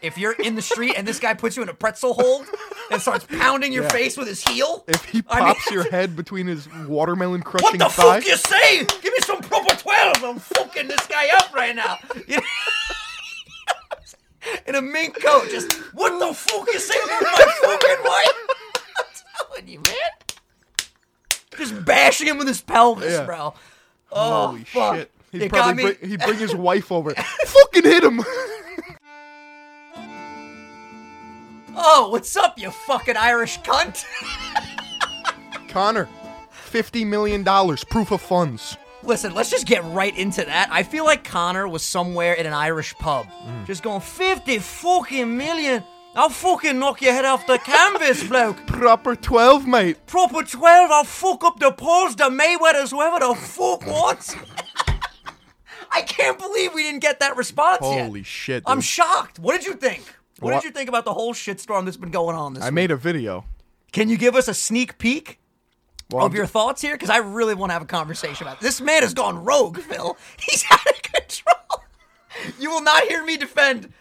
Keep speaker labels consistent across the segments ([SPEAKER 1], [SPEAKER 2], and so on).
[SPEAKER 1] If you're in the street and this guy puts you in a pretzel hold and starts pounding your
[SPEAKER 2] Yeah.
[SPEAKER 1] face with his heel,
[SPEAKER 2] If he
[SPEAKER 1] I mean-
[SPEAKER 2] pops your head between his watermelon
[SPEAKER 1] what
[SPEAKER 2] crushing
[SPEAKER 1] the
[SPEAKER 2] thigh,
[SPEAKER 1] fuck you say? Give me some proper twelve. I'm fucking this guy up right now. You know? in a mink coat, just what the fuck you say? You're my fucking wife. I'm telling you, man. Just bashing him with his pelvis,
[SPEAKER 2] Yeah.
[SPEAKER 1] bro. Oh
[SPEAKER 2] holy
[SPEAKER 1] fuck.
[SPEAKER 2] shit!
[SPEAKER 1] He
[SPEAKER 2] He'd
[SPEAKER 1] you got
[SPEAKER 2] probably
[SPEAKER 1] me.
[SPEAKER 2] bring, he'd bring his wife over. Fucking hit him!
[SPEAKER 1] Oh, what's up, you fucking Irish cunt?
[SPEAKER 2] Connor, fifty million dollars, proof of funds.
[SPEAKER 1] Listen, let's just get right into that. I feel like Connor was somewhere in an Irish pub,
[SPEAKER 2] Mm.
[SPEAKER 1] just going 50 fucking million. I'll fucking knock your head off the canvas, bloke.
[SPEAKER 2] Proper twelve, mate.
[SPEAKER 1] Proper 12, I'll fuck up the Pauls, the Mayweathers, whoever the fuck wants. I can't believe we didn't get that response yet.
[SPEAKER 2] Holy shit!
[SPEAKER 1] I'm
[SPEAKER 2] dude.
[SPEAKER 1] shocked. What did you think? What
[SPEAKER 2] Well,
[SPEAKER 1] did you think about the whole shitstorm that's been going on this
[SPEAKER 2] I
[SPEAKER 1] week?
[SPEAKER 2] made a video.
[SPEAKER 1] Can you give us a sneak peek?
[SPEAKER 2] Well,
[SPEAKER 1] of your thoughts here? Because I really want to have a conversation about this. This man has gone rogue, Phil. He's out of control. You will not hear me defend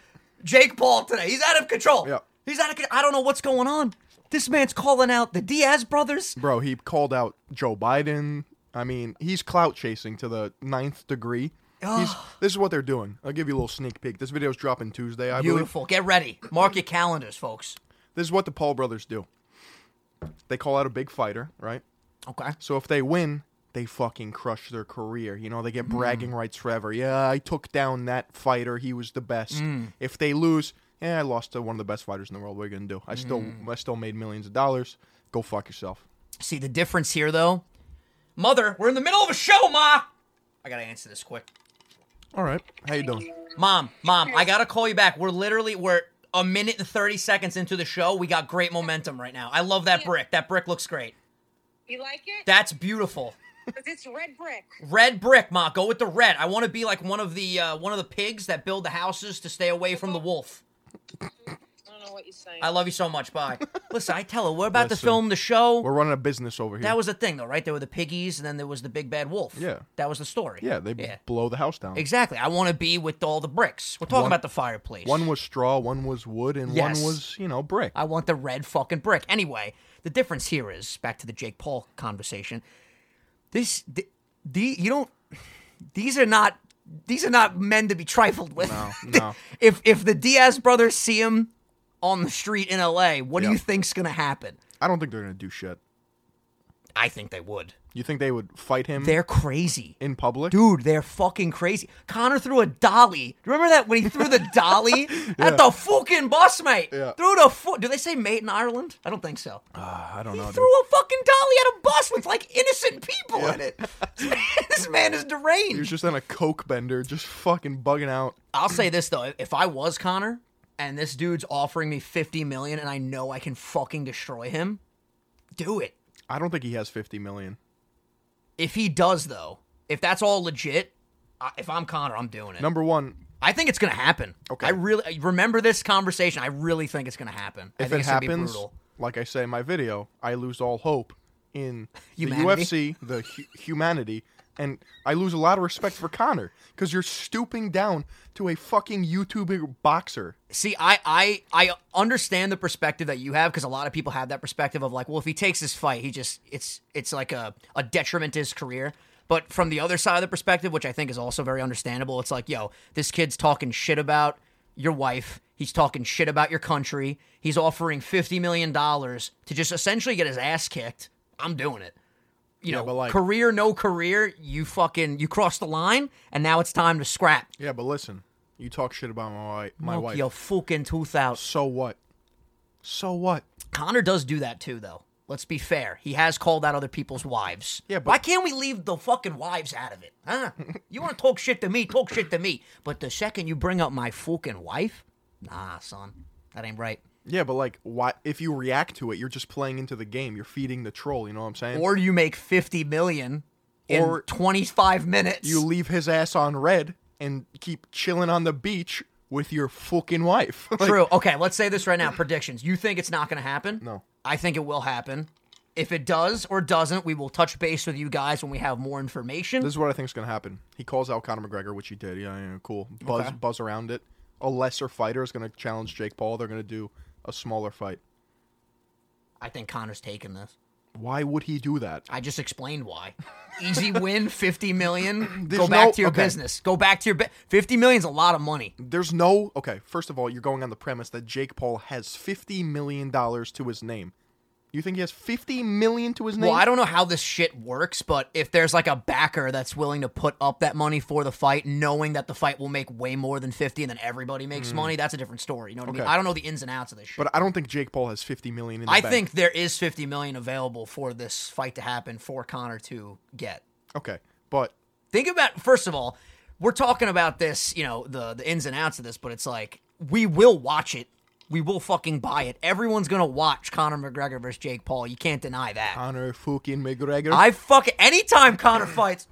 [SPEAKER 1] Jake Paul today. He's out of control.
[SPEAKER 2] Yeah.
[SPEAKER 1] He's out of control. I don't know what's going on. This man's calling out the Diaz brothers.
[SPEAKER 2] Bro, he called out Joe Biden. I mean, he's clout chasing to the ninth degree. He's,
[SPEAKER 1] Ah.
[SPEAKER 2] this is what they're doing. I'll give you a little sneak peek. This video's dropping Tuesday, I believe.
[SPEAKER 1] Beautiful. Get ready. Mark your calendars, folks.
[SPEAKER 2] This is what the Paul brothers do. They call out a big fighter, right?
[SPEAKER 1] Okay.
[SPEAKER 2] So if they win, they fucking crush their career. You know, they get bragging rights forever. Yeah, I took down that fighter. He was the best. If they lose, yeah, I lost to one of the best fighters in the world. What are you gonna do? I still, I still made millions of dollars. Go fuck yourself.
[SPEAKER 1] See the difference here, though? Mother, we're in the middle of a show, Ma. I got to answer this quick.
[SPEAKER 2] All right, how you doing?
[SPEAKER 1] Mom, mom, I gotta call you back. We're literally we're a minute and thirty seconds into the show. We got great momentum right now. I love that brick. That brick looks great.
[SPEAKER 3] You like it?
[SPEAKER 1] That's beautiful.
[SPEAKER 3] 'Cause it's red brick.
[SPEAKER 1] Red brick, ma. Go with the red. I want to be like one of the uh, one of the pigs that build the houses to stay away from the wolf.
[SPEAKER 3] I don't know what you're saying.
[SPEAKER 1] I love you so much. Bye. Listen, I tell her we're about to
[SPEAKER 2] Listen,
[SPEAKER 1] film the show.
[SPEAKER 2] We're running a business over here.
[SPEAKER 1] that was the thing, though, right? There were the piggies, and then there was the big bad wolf.
[SPEAKER 2] Yeah.
[SPEAKER 1] that was the story.
[SPEAKER 2] yeah, they blow the house down.
[SPEAKER 1] exactly. I want to be with all the bricks. We're talking
[SPEAKER 2] One-
[SPEAKER 1] about the fireplace.
[SPEAKER 2] One was straw, one was wood, and
[SPEAKER 1] Yes.
[SPEAKER 2] one was you know brick.
[SPEAKER 1] I want the red fucking brick. Anyway, the difference here is back to the Jake Paul conversation. This the, the you don't these are not these are not men to be trifled with.
[SPEAKER 2] No, no.
[SPEAKER 1] if if the Diaz brothers see him on the street in LA, what do
[SPEAKER 2] Yeah.
[SPEAKER 1] you think's going to happen?
[SPEAKER 2] I don't think they're gonna do shit.
[SPEAKER 1] I think they would.
[SPEAKER 2] You think they would fight him
[SPEAKER 1] They're crazy.
[SPEAKER 2] in public?
[SPEAKER 1] Dude, they're fucking crazy. Connor threw a dolly. Remember that when he threw the dolly at the fucking bus, mate?
[SPEAKER 2] Yeah.
[SPEAKER 1] Threw the foot. Do they say mate in Ireland? I don't think so.
[SPEAKER 2] Ah, I don't know.
[SPEAKER 1] He
[SPEAKER 2] dude.
[SPEAKER 1] threw a fucking dolly at a bus with like innocent people in it. this man is
[SPEAKER 2] He was
[SPEAKER 1] deranged.
[SPEAKER 2] just on a coke bender, just fucking bugging out.
[SPEAKER 1] I'll say this though, if I was Connor and this dude's offering me 50 million and I know I can fucking destroy him, do it.
[SPEAKER 2] I don't think he has fifty million.
[SPEAKER 1] If he does though, if that's all legit, I, if I'm Connor, I'm doing it.
[SPEAKER 2] Number one,
[SPEAKER 1] I think it's going to happen.
[SPEAKER 2] Okay.
[SPEAKER 1] I really remember this conversation. I really think it's going to happen. I
[SPEAKER 2] if
[SPEAKER 1] think
[SPEAKER 2] it
[SPEAKER 1] it's gonna be
[SPEAKER 2] happens,
[SPEAKER 1] brutal.
[SPEAKER 2] like I say in my video, I lose all hope in
[SPEAKER 1] Humanity.
[SPEAKER 2] the UFC, the hu- humanity, and I lose a lot of respect for Connor because you're stooping down to a fucking YouTuber boxer.
[SPEAKER 1] See, I I I understand the perspective that you have because a lot of people have that perspective of like, well, if he takes this fight, he just it's it's like a a detriment to his career. But from the other side of the perspective, which I think is also very understandable, it's like, yo, this kid's talking shit about your wife. He's talking shit about your country. He's offering fifty million dollars to just essentially get his ass kicked. I'm doing it. You know,
[SPEAKER 2] but like-
[SPEAKER 1] career, no career. You fucking you crossed the line, and now it's time to scrap.
[SPEAKER 2] Yeah, but listen, you talk shit about my wife. My
[SPEAKER 1] Knock
[SPEAKER 2] wife.
[SPEAKER 1] your fucking tooth out.
[SPEAKER 2] So what? So what?
[SPEAKER 1] Connor does do that too, though. Let's be fair. He has called out other people's wives.
[SPEAKER 2] Yeah, but-
[SPEAKER 1] why can't we leave the fucking wives out of it? Huh? you want to talk shit to me? Talk shit to me. But the second you bring up my fucking wife, nah, son, that ain't right.
[SPEAKER 2] Yeah, but like, why? If you react to it, you're just playing into the game. You're feeding the troll. You know what I'm saying?
[SPEAKER 1] Or you make fifty million in
[SPEAKER 2] Or-
[SPEAKER 1] twenty-five minutes.
[SPEAKER 2] you leave his ass on red and keep chilling on the beach with your fucking wife. Like,
[SPEAKER 1] True. Okay, let's say this right now. Predictions. You think it's not going to happen?
[SPEAKER 2] No.
[SPEAKER 1] I think it will happen. If it does or doesn't, we will touch base with you guys when we have more information.
[SPEAKER 2] This is what I think is going to happen. He calls out Conor McGregor, which he did. Yeah, yeah cool. Buzz, buzz around it. a lesser fighter is going to challenge Jake Paul, they're going to do a smaller fight.
[SPEAKER 1] I think Connor's taking this.
[SPEAKER 2] Why would he do that?
[SPEAKER 1] I just explained why. Easy win, fifty million.
[SPEAKER 2] There's
[SPEAKER 1] Go back
[SPEAKER 2] no-
[SPEAKER 1] to your
[SPEAKER 2] okay.
[SPEAKER 1] business. Go back to your bu- fifty million's a lot of money.
[SPEAKER 2] There's no okay. First of all, you're going on the premise that Jake Paul has fifty million dollars to his name. You think he has fifty million to his name?
[SPEAKER 1] Well, I don't know how this shit works, but if there's like a backer that's willing to put up that money for the fight, knowing that the fight will make way more than fifty, and then everybody makes money, that's a different story. You know what I mean?
[SPEAKER 2] Mm. Okay.
[SPEAKER 1] I don't know the ins and outs of this shit.
[SPEAKER 2] But I don't think Jake Paul has fifty million in the
[SPEAKER 1] I
[SPEAKER 2] bank.
[SPEAKER 1] think there is fifty million available for this fight to happen for Connor to get.
[SPEAKER 2] Okay, but
[SPEAKER 1] Think about first of all, we're talking about this, you know, the the ins and outs of this, but it's like we will watch it. We will fucking buy it. Everyone's gonna watch Conor McGregor versus Jake Paul. You can't deny that.
[SPEAKER 2] Conor fucking McGregor.
[SPEAKER 1] I fucking anytime Conor fights,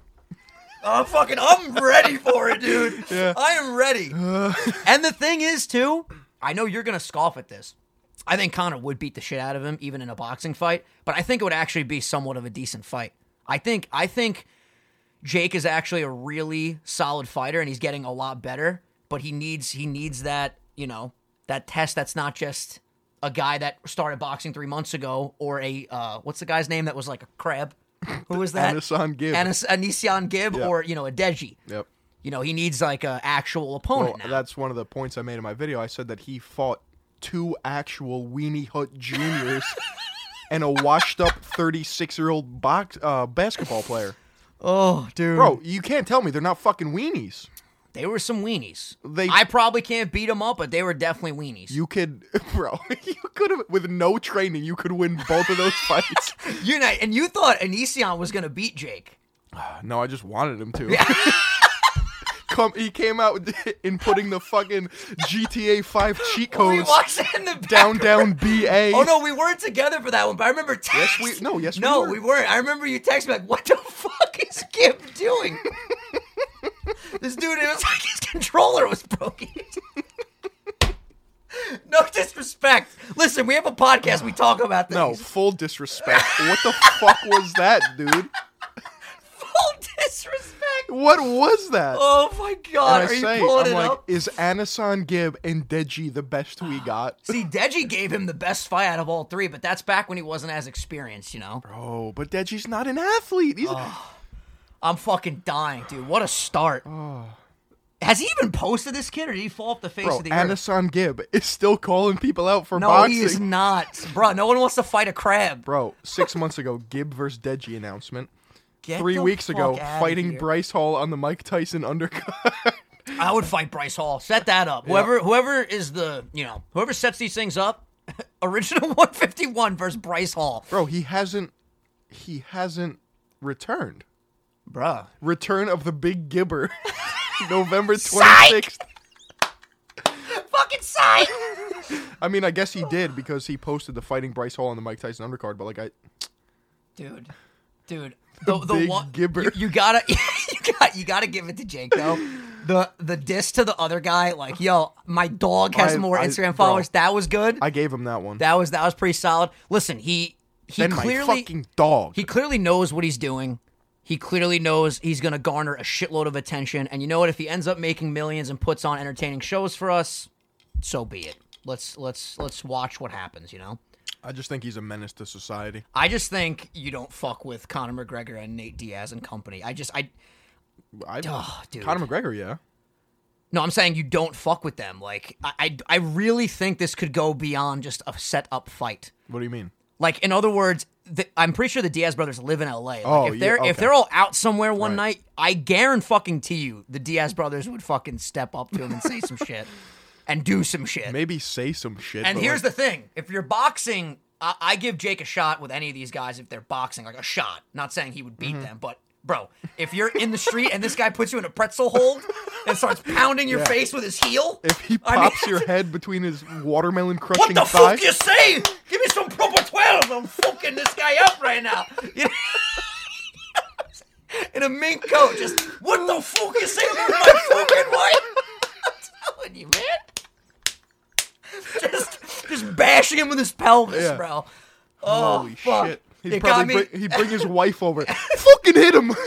[SPEAKER 1] I'm fucking I'm ready for it, dude. I am ready. and the thing is, too, I know you're gonna scoff at this. I think Conor would beat the shit out of him, even in a boxing fight. But I think it would actually be somewhat of a decent fight. I think I think Jake is actually a really solid fighter, and he's getting a lot better. But he needs he needs that you know that test. That's not just a guy that started boxing three months ago, or a uh, what's the guy's name that was like a crab? Who was that?
[SPEAKER 2] Anisson Gibb.
[SPEAKER 1] Anis- Anision Gibb,
[SPEAKER 2] Yeah.
[SPEAKER 1] or you know a Deji.
[SPEAKER 2] yep.
[SPEAKER 1] You know he needs like a actual opponent.
[SPEAKER 2] Well,
[SPEAKER 1] now.
[SPEAKER 2] Oh, that's one of the points I made in my video. I said that he fought two actual weenie hut juniors and a washed-up 36-year-old box uh, basketball player.
[SPEAKER 1] oh, dude,
[SPEAKER 2] Bro, you can't tell me they're not fucking weenies.
[SPEAKER 1] they were some weenies.
[SPEAKER 2] They-
[SPEAKER 1] I probably can't beat them up, but they were definitely weenies.
[SPEAKER 2] You could, bro. You could have, with no training, you could win both of those fights.
[SPEAKER 1] You know, and you thought Anision was gonna beat Jake.
[SPEAKER 2] No, I just wanted him to. Come, he came out with- in putting the fucking GTA 5 cheat
[SPEAKER 1] We
[SPEAKER 2] codes
[SPEAKER 1] walks in the back
[SPEAKER 2] Oh, down, down, BA.
[SPEAKER 1] Oh no, we weren't together for that one, but I remember text.
[SPEAKER 2] we- no, yes, we
[SPEAKER 1] no,
[SPEAKER 2] were.
[SPEAKER 1] we weren't. I remember you texted me like, "What the fuck is Gib doing?" this dude, it was like his controller was broken. no disrespect. Listen, we have a podcast. We talk about
[SPEAKER 2] No,
[SPEAKER 1] things.
[SPEAKER 2] full disrespect. what the fuck was that, dude?
[SPEAKER 1] full disrespect.
[SPEAKER 2] What was that?
[SPEAKER 1] Oh my god,
[SPEAKER 2] And
[SPEAKER 1] are
[SPEAKER 2] I
[SPEAKER 1] you
[SPEAKER 2] say,
[SPEAKER 1] pulling
[SPEAKER 2] I'm
[SPEAKER 1] it
[SPEAKER 2] like,
[SPEAKER 1] up?
[SPEAKER 2] is Anasan Gibb and Deji the best we got?
[SPEAKER 1] See, Deji gave him the best fight out of all three, but that's back when he wasn't as experienced, you know.
[SPEAKER 2] Oh, but Deji's not an athlete. He's,
[SPEAKER 1] Oh, I'm fucking dying, dude. What a start. Has he even posted this kid, or did he fall off the face
[SPEAKER 2] bro,
[SPEAKER 1] of the earth?
[SPEAKER 2] Anasan Gibb is still calling people out for
[SPEAKER 1] No,
[SPEAKER 2] boxing.
[SPEAKER 1] he is not, bro. No one wants to fight a crab.
[SPEAKER 2] Bro, six months ago, Gibb versus Deji announcement.
[SPEAKER 1] Get
[SPEAKER 2] Three
[SPEAKER 1] the
[SPEAKER 2] weeks ago,
[SPEAKER 1] fuck outta
[SPEAKER 2] fighting
[SPEAKER 1] here.
[SPEAKER 2] Bryce Hall on the Mike Tyson undercut.
[SPEAKER 1] I would fight Bryce Hall. Set that up. Whoever, whoever is the, you know, whoever sets these things up, original 151 versus Bryce Hall,
[SPEAKER 2] Bro, he hasn't, he hasn't returned.
[SPEAKER 1] Bruh.
[SPEAKER 2] Return of the Big Gibber, November twenty sixth.
[SPEAKER 1] Fucking sight.
[SPEAKER 2] I mean, I guess he did because he posted the fighting Bryce Hall on the Mike Tyson undercard. But like, I
[SPEAKER 1] dude, dude. The, the
[SPEAKER 2] big
[SPEAKER 1] one,
[SPEAKER 2] gibber.
[SPEAKER 1] You, you gotta, you got, you gotta give it to Jake though. The the diss to the other guy, like, yo, my dog has
[SPEAKER 2] I-
[SPEAKER 1] more
[SPEAKER 2] I-
[SPEAKER 1] Instagram
[SPEAKER 2] bro.
[SPEAKER 1] followers. That was good.
[SPEAKER 2] I gave him that one.
[SPEAKER 1] that was that was pretty solid. Listen, he he
[SPEAKER 2] then
[SPEAKER 1] clearly
[SPEAKER 2] my fucking dog.
[SPEAKER 1] he clearly knows what he's doing. He clearly knows he's gonna garner a shitload of attention. And you know what? If he ends up making millions and puts on entertaining shows for us, so be it. Let's let's let's watch what happens. You know.
[SPEAKER 2] I just think he's a menace to society.
[SPEAKER 1] I just think you don't fuck with Conor McGregor and Nate Diaz and company. I just I
[SPEAKER 2] I,
[SPEAKER 1] oh dude.
[SPEAKER 2] Conor McGregor, yeah.
[SPEAKER 1] no, I'm saying you don't fuck with them. Like I, I I really think this could go beyond just a set up fight.
[SPEAKER 2] What do you mean?
[SPEAKER 1] Like in other words, the, I'm pretty sure the Diaz brothers live in L.A. Like,
[SPEAKER 2] Oh,
[SPEAKER 1] if
[SPEAKER 2] yeah,
[SPEAKER 1] they're if
[SPEAKER 2] okay.
[SPEAKER 1] they're all out somewhere one
[SPEAKER 2] Right.
[SPEAKER 1] night, I guarantee fucking to you the Diaz brothers would fucking step up to him and say some shit and do some shit.
[SPEAKER 2] Maybe say some shit.
[SPEAKER 1] And
[SPEAKER 2] but,
[SPEAKER 1] here's
[SPEAKER 2] like,
[SPEAKER 1] the thing: if you're boxing, I, I give Jake a shot with any of these guys if they're boxing, like a shot. Not saying he would beat
[SPEAKER 2] Mm-hmm.
[SPEAKER 1] them, but bro, if you're in the street and this guy puts you in a pretzel hold and starts pounding your
[SPEAKER 2] Yeah.
[SPEAKER 1] face with his heel,
[SPEAKER 2] If he
[SPEAKER 1] I mean-
[SPEAKER 2] pops your head between his watermelon
[SPEAKER 1] what
[SPEAKER 2] crushing
[SPEAKER 1] the
[SPEAKER 2] thigh,
[SPEAKER 1] fuck you say? Give me some proper twelve. I'm fucking this guy up right now. You know? In a mink coat, just what the fuck you say about my fucking wife? I'm telling you, man. Just, just bashing him with his pelvis,
[SPEAKER 2] Yeah.
[SPEAKER 1] bro. Oh,
[SPEAKER 2] holy
[SPEAKER 1] fuck.
[SPEAKER 2] shit!
[SPEAKER 1] It
[SPEAKER 2] He'd
[SPEAKER 1] got
[SPEAKER 2] probably
[SPEAKER 1] me-
[SPEAKER 2] bring, he'd bring his wife over. fucking hit him.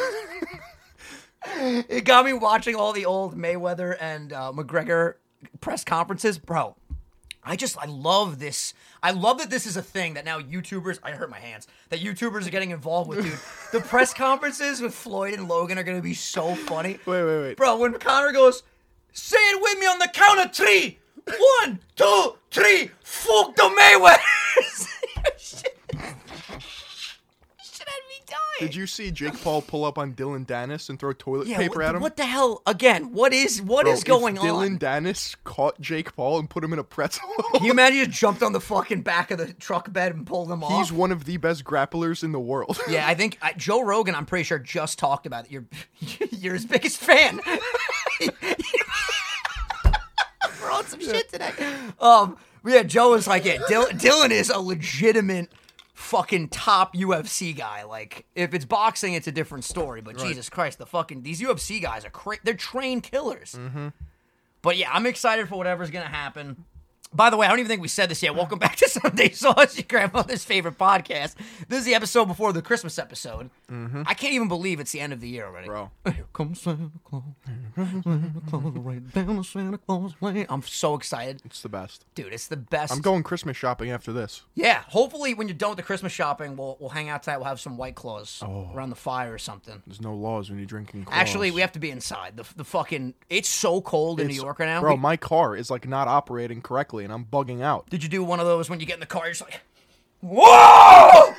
[SPEAKER 1] It got me watching all the old Mayweather and uh, McGregor press conferences, bro. I just I love this. I love that this is a thing that now YouTubers I hurt my hands that YouTubers are getting involved with, dude. the press conferences with Floyd and Logan are gonna be so funny.
[SPEAKER 2] Wait, wait, wait.
[SPEAKER 1] Bro, when Connor goes, say it with me on the count of three. One, two, three, fuck the Mayweathers. Shit. Shit had me dying.
[SPEAKER 2] Did you see Jake Paul pull up on Dylan Dennis and throw toilet
[SPEAKER 1] yeah,
[SPEAKER 2] paper
[SPEAKER 1] what,
[SPEAKER 2] at him?
[SPEAKER 1] what the hell? Again, what is what
[SPEAKER 2] Bro,
[SPEAKER 1] is going
[SPEAKER 2] if Dylan
[SPEAKER 1] on?
[SPEAKER 2] Dennis caught Jake Paul and put him in a pretzel.
[SPEAKER 1] Can you imagine he just jumped on the fucking back of the truck bed and pulled them off?
[SPEAKER 2] He's one of the best grapplers in the world.
[SPEAKER 1] Yeah, I think I, Joe Rogan. I'm pretty sure just talked about it. You're you're his biggest fan. We're on some shit today. Um, but yeah, Joe is like, yeah, Dylan, Dylan is a legitimate fucking top UFC guy. Like, if it's boxing, it's a different story. But Jesus Christ, the fucking these UFC guys are cra- they're trained killers. But yeah, I'm excited for whatever's gonna happen. By the way, I don't even think we said this yet. Welcome back to Sunday Sauce, your grandmother's favorite podcast. This is the episode before the Christmas episode. I can't even believe it's the end of the year already.
[SPEAKER 2] Bro.
[SPEAKER 1] Here comes Santa Claus. Santa Claus, right down the Santa Claus lane. I'm so excited.
[SPEAKER 2] It's the best.
[SPEAKER 1] Dude, it's the best.
[SPEAKER 2] I'm going Christmas shopping after this.
[SPEAKER 1] yeah, hopefully when you're done with the Christmas shopping, we'll, we'll hang out tonight. We'll have some White Claws
[SPEAKER 2] Oh.
[SPEAKER 1] around the fire or something.
[SPEAKER 2] There's no laws when you're drinking. Claws.
[SPEAKER 1] Actually, we have to be inside. The, the fucking, it's so cold in New
[SPEAKER 2] It's-
[SPEAKER 1] York right now.
[SPEAKER 2] Bro,
[SPEAKER 1] We-
[SPEAKER 2] my car is like not operating correctly, and I'm bugging out.
[SPEAKER 1] Did you do one of those when you get in the car? You're just like, whoa,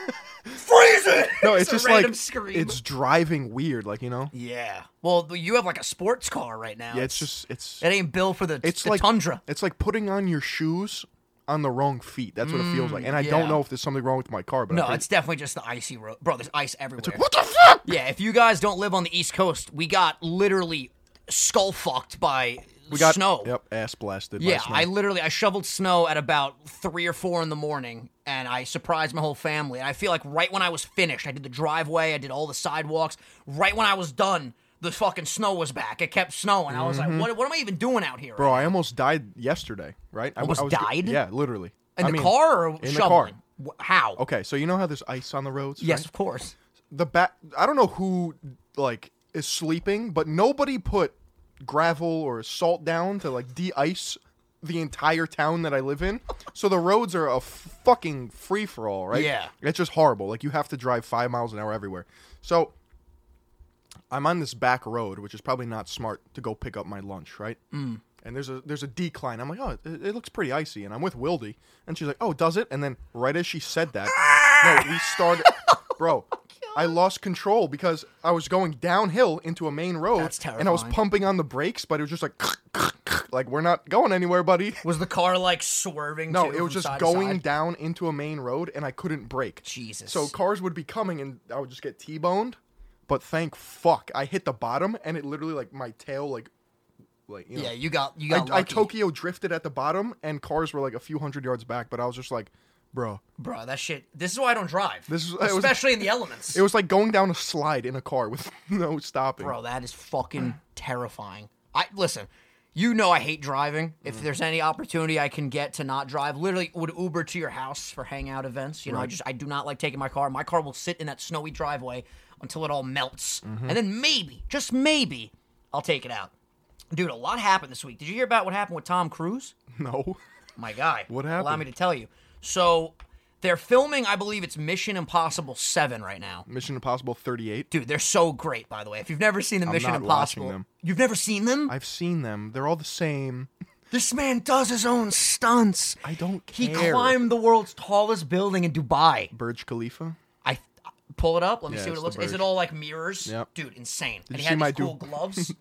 [SPEAKER 1] freezing.
[SPEAKER 2] No, it's,
[SPEAKER 1] a
[SPEAKER 2] just
[SPEAKER 1] random
[SPEAKER 2] like
[SPEAKER 1] scream.
[SPEAKER 2] it's driving weird. Like you know,
[SPEAKER 1] yeah. Well, you have like a sports car right now.
[SPEAKER 2] yeah, it's just it's
[SPEAKER 1] it ain't built for the,
[SPEAKER 2] it's
[SPEAKER 1] the
[SPEAKER 2] like
[SPEAKER 1] tundra.
[SPEAKER 2] It's like putting on your shoes on the wrong feet. That's what it feels like. And I
[SPEAKER 1] Mm, yeah.
[SPEAKER 2] don't know if there's something wrong with my car, but I
[SPEAKER 1] No,
[SPEAKER 2] think-
[SPEAKER 1] it's definitely just the icy road, bro. There's ice everywhere.
[SPEAKER 2] what the fuck?
[SPEAKER 1] yeah, if you guys don't live on the East Coast, we got literally skull fucked by
[SPEAKER 2] We got
[SPEAKER 1] snow.
[SPEAKER 2] Yep, ass blasted.
[SPEAKER 1] Yeah,
[SPEAKER 2] by
[SPEAKER 1] I
[SPEAKER 2] snow.
[SPEAKER 1] literally I shoveled snow at about three or four in the morning, and I surprised my whole family. And I feel like right when I was finished, I did the driveway, I did all the sidewalks. Right when I was done, the fucking snow was back. It kept snowing. I was like, what, what am I even doing out here?
[SPEAKER 2] Mm-hmm. Bro, I almost died yesterday. Right? I,
[SPEAKER 1] Almost
[SPEAKER 2] I was,
[SPEAKER 1] died?
[SPEAKER 2] Yeah, literally.
[SPEAKER 1] in
[SPEAKER 2] I
[SPEAKER 1] the
[SPEAKER 2] mean,
[SPEAKER 1] car or
[SPEAKER 2] in the car.
[SPEAKER 1] shoveling? Wh- How?
[SPEAKER 2] Okay, so you know how there's ice on the roads?
[SPEAKER 1] Yes,
[SPEAKER 2] right?
[SPEAKER 1] of course.
[SPEAKER 2] the back I don't know who like is sleeping, but nobody put gravel or salt down to like de-ice the entire town that I live in. So the roads are a f- fucking free for all, right?
[SPEAKER 1] Yeah.
[SPEAKER 2] It's just horrible. Like you have to drive 5 miles an hour everywhere. So I'm on this back road, which is probably not smart to go pick up my lunch, right? Mm. And there's a there's a decline. I'm like, oh, it, it looks pretty icy, and I'm with Wildy, and she's like, oh, does it? And then right as she said that, no, we started, bro.
[SPEAKER 1] Oh
[SPEAKER 2] I lost control because I was going downhill into a main road,
[SPEAKER 1] That's
[SPEAKER 2] and I was
[SPEAKER 1] terrifying.
[SPEAKER 2] pumping on the brakes, but it was just like, like we're not going anywhere, buddy.
[SPEAKER 1] Was the car like swerving?
[SPEAKER 2] No,
[SPEAKER 1] too,
[SPEAKER 2] it was
[SPEAKER 1] from
[SPEAKER 2] just
[SPEAKER 1] side to
[SPEAKER 2] going
[SPEAKER 1] side?
[SPEAKER 2] down into a main road, and I couldn't brake.
[SPEAKER 1] Jesus.
[SPEAKER 2] So cars would be coming, and I would just get T-boned. But thank fuck, I hit the bottom, and it literally like my tail like, like you know,
[SPEAKER 1] yeah, you got you
[SPEAKER 2] I,
[SPEAKER 1] got
[SPEAKER 2] I
[SPEAKER 1] lucky.
[SPEAKER 2] Tokyo drifted at the bottom, and cars were like a few hundred yards back. But I was just like, bro,
[SPEAKER 1] bro. That shit. This is why I don't drive.
[SPEAKER 2] This is- it was-
[SPEAKER 1] especially in the elements.
[SPEAKER 2] it was like going down a slide in a car with no stopping.
[SPEAKER 1] Bro, that is fucking terrifying. I listen. You know I hate driving. If
[SPEAKER 2] Mm.
[SPEAKER 1] there's any opportunity I can get to not drive, literally would Uber to your house for hangout events. You know, I just I do not like taking my car. My car will sit in that snowy driveway until it all melts,
[SPEAKER 2] Mm-hmm.
[SPEAKER 1] and then maybe, just maybe, I'll take it out. Dude, a lot happened this week. Did you hear about what happened with Tom Cruise?
[SPEAKER 2] No,
[SPEAKER 1] my guy.
[SPEAKER 2] What
[SPEAKER 1] Allow
[SPEAKER 2] happened?
[SPEAKER 1] me to tell you. So they're filming, I believe it's Mission Impossible 7 right now.
[SPEAKER 2] Mission Impossible 38.
[SPEAKER 1] Dude, they're so great, by the way. If you've never seen the Mission
[SPEAKER 2] not watching
[SPEAKER 1] Impossible,
[SPEAKER 2] them.
[SPEAKER 1] you've never seen them?
[SPEAKER 2] I've seen them. They're all the same.
[SPEAKER 1] this man does his own stunts.
[SPEAKER 2] I don't
[SPEAKER 1] He
[SPEAKER 2] care.
[SPEAKER 1] climbed the world's tallest building in Dubai.
[SPEAKER 2] Burj Khalifa.
[SPEAKER 1] I pull it up. Let me
[SPEAKER 2] Yeah,
[SPEAKER 1] see what
[SPEAKER 2] it's
[SPEAKER 1] it
[SPEAKER 2] the
[SPEAKER 1] looks. Is it
[SPEAKER 2] Burj.
[SPEAKER 1] all like mirrors?
[SPEAKER 2] Yep.
[SPEAKER 1] Dude, insane. and
[SPEAKER 2] you
[SPEAKER 1] he
[SPEAKER 2] see
[SPEAKER 1] had
[SPEAKER 2] my
[SPEAKER 1] these cool
[SPEAKER 2] Du-
[SPEAKER 1] gloves.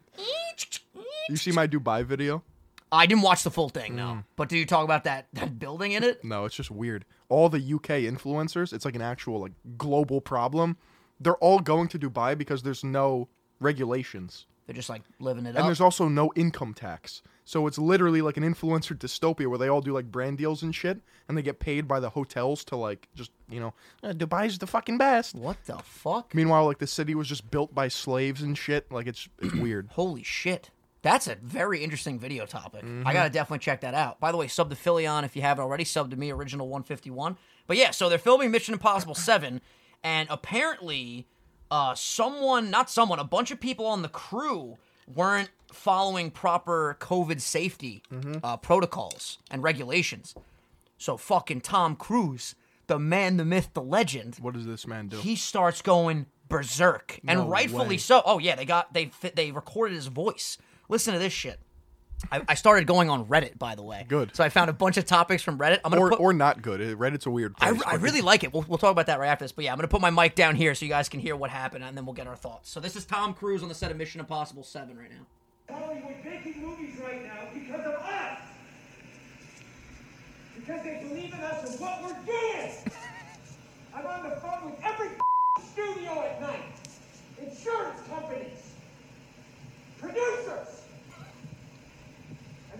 [SPEAKER 2] You see my Dubai video?
[SPEAKER 1] I didn't watch the full thing,
[SPEAKER 2] Mm.
[SPEAKER 1] no. But do you talk about that that building in it?
[SPEAKER 2] No, it's just weird. All the UK influencers, it's like an actual like global problem. They're all going to Dubai because there's no regulations.
[SPEAKER 1] They're just like living it
[SPEAKER 2] And
[SPEAKER 1] up.
[SPEAKER 2] there's also no income tax. So it's literally like an influencer dystopia where they all do like brand deals and shit and they get paid by the hotels to like just, you know, "Uh, Dubai's the fucking best.
[SPEAKER 1] What the fuck?
[SPEAKER 2] Meanwhile, like the city was just built by slaves and shit. Like it's it's weird.
[SPEAKER 1] Holy shit. That's a very interesting video topic. I gotta definitely check that out. By the way, sub to Philion if you haven't already, sub to me, original 151. But yeah, so they're filming Mission Impossible 7, and apparently, uh, someone, not someone, a bunch of people on the crew weren't following proper COVID safety uh, protocols and regulations. So fucking Tom Cruise, the man, the myth, the legend,
[SPEAKER 2] What does this man do?
[SPEAKER 1] he starts going berserk, and
[SPEAKER 2] No
[SPEAKER 1] rightfully
[SPEAKER 2] way.
[SPEAKER 1] so. Oh yeah, they got they fi- they recorded his voice. Listen to this shit. I, I started going on Reddit, by the way.
[SPEAKER 2] Good.
[SPEAKER 1] So I found a bunch of topics from Reddit. I'm gonna
[SPEAKER 2] or
[SPEAKER 1] put,
[SPEAKER 2] or not good. It- Reddit's a weird
[SPEAKER 1] I,
[SPEAKER 2] place.
[SPEAKER 1] I
[SPEAKER 2] but-
[SPEAKER 1] really like it. We'll, we'll talk about that right after this. But yeah, I'm going to put my mic down here so you guys can hear what happened, and then we'll get our thoughts. So this is Tom Cruise on the set of Mission Impossible 7 right now.
[SPEAKER 4] Holly, we're making movies right now because of us. Because they believe in us and what we're doing. I'm on the phone with every studio at night, insurance companies, producers. And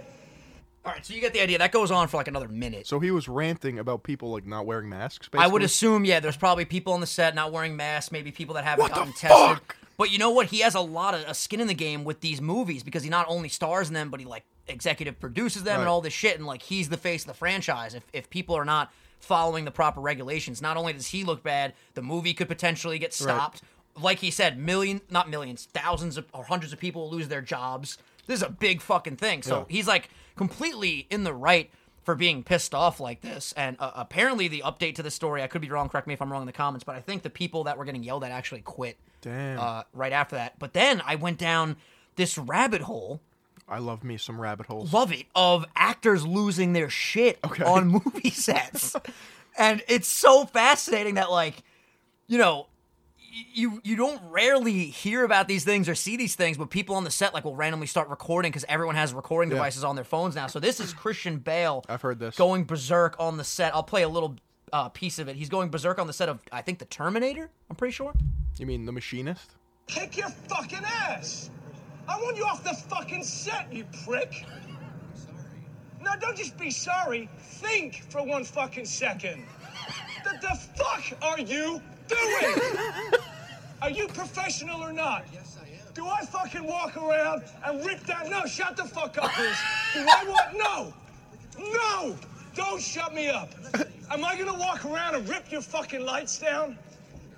[SPEAKER 1] All right, so you get the idea. That goes on for like another minute.
[SPEAKER 2] So he was ranting about people like not wearing masks. Basically.
[SPEAKER 1] I would assume, yeah, there's probably people on the set not wearing masks, maybe people that haven't
[SPEAKER 2] What the
[SPEAKER 1] gotten tested.
[SPEAKER 2] fuck?
[SPEAKER 1] But you know what? He has a lot of a skin in the game with these movies because he not only stars in them, but he like executive produces them and
[SPEAKER 2] Right.
[SPEAKER 1] all this shit. And like he's the face of the franchise. If if people are not following the proper regulations, not only does he look bad, the movie could potentially get stopped. Like he said, million not millions, thousands of, or hundreds of people will lose their jobs. This is a big fucking thing. So
[SPEAKER 2] Yeah.
[SPEAKER 1] he's like completely in the right for being pissed off like this. And uh, apparently, the update to the story, I could be wrong, correct me if I'm wrong in the comments, but I think the people that were getting yelled at actually quit
[SPEAKER 2] Damn.
[SPEAKER 1] Uh, right after that. But then I went down this rabbit hole,
[SPEAKER 2] I love me some rabbit holes.
[SPEAKER 1] love it, of actors losing their shit
[SPEAKER 2] Okay.
[SPEAKER 1] on movie sets. and it's so fascinating that, like, you know, y- you you don't rarely hear about these things or see these things, but people on the set like will randomly start recording because everyone has recording
[SPEAKER 2] Yeah.
[SPEAKER 1] devices on their phones now. So this is Christian Bale.
[SPEAKER 2] I've heard this.
[SPEAKER 1] going berserk on the set. I'll play a little uh, piece of it. He's going berserk on the set of I think the Terminator. I'm pretty sure.
[SPEAKER 2] You mean the machinist?
[SPEAKER 5] Kick your fucking ass! I want you off the fucking set, you prick! No, don't just be sorry. Think for one fucking second. What the fuck are you doing? Are you professional or not? Yes, I am. Do I fucking walk around and rip down? No, shut the fuck up, please. Do I want? No, no! Don't shut me up. Am I gonna walk around and rip your fucking lights down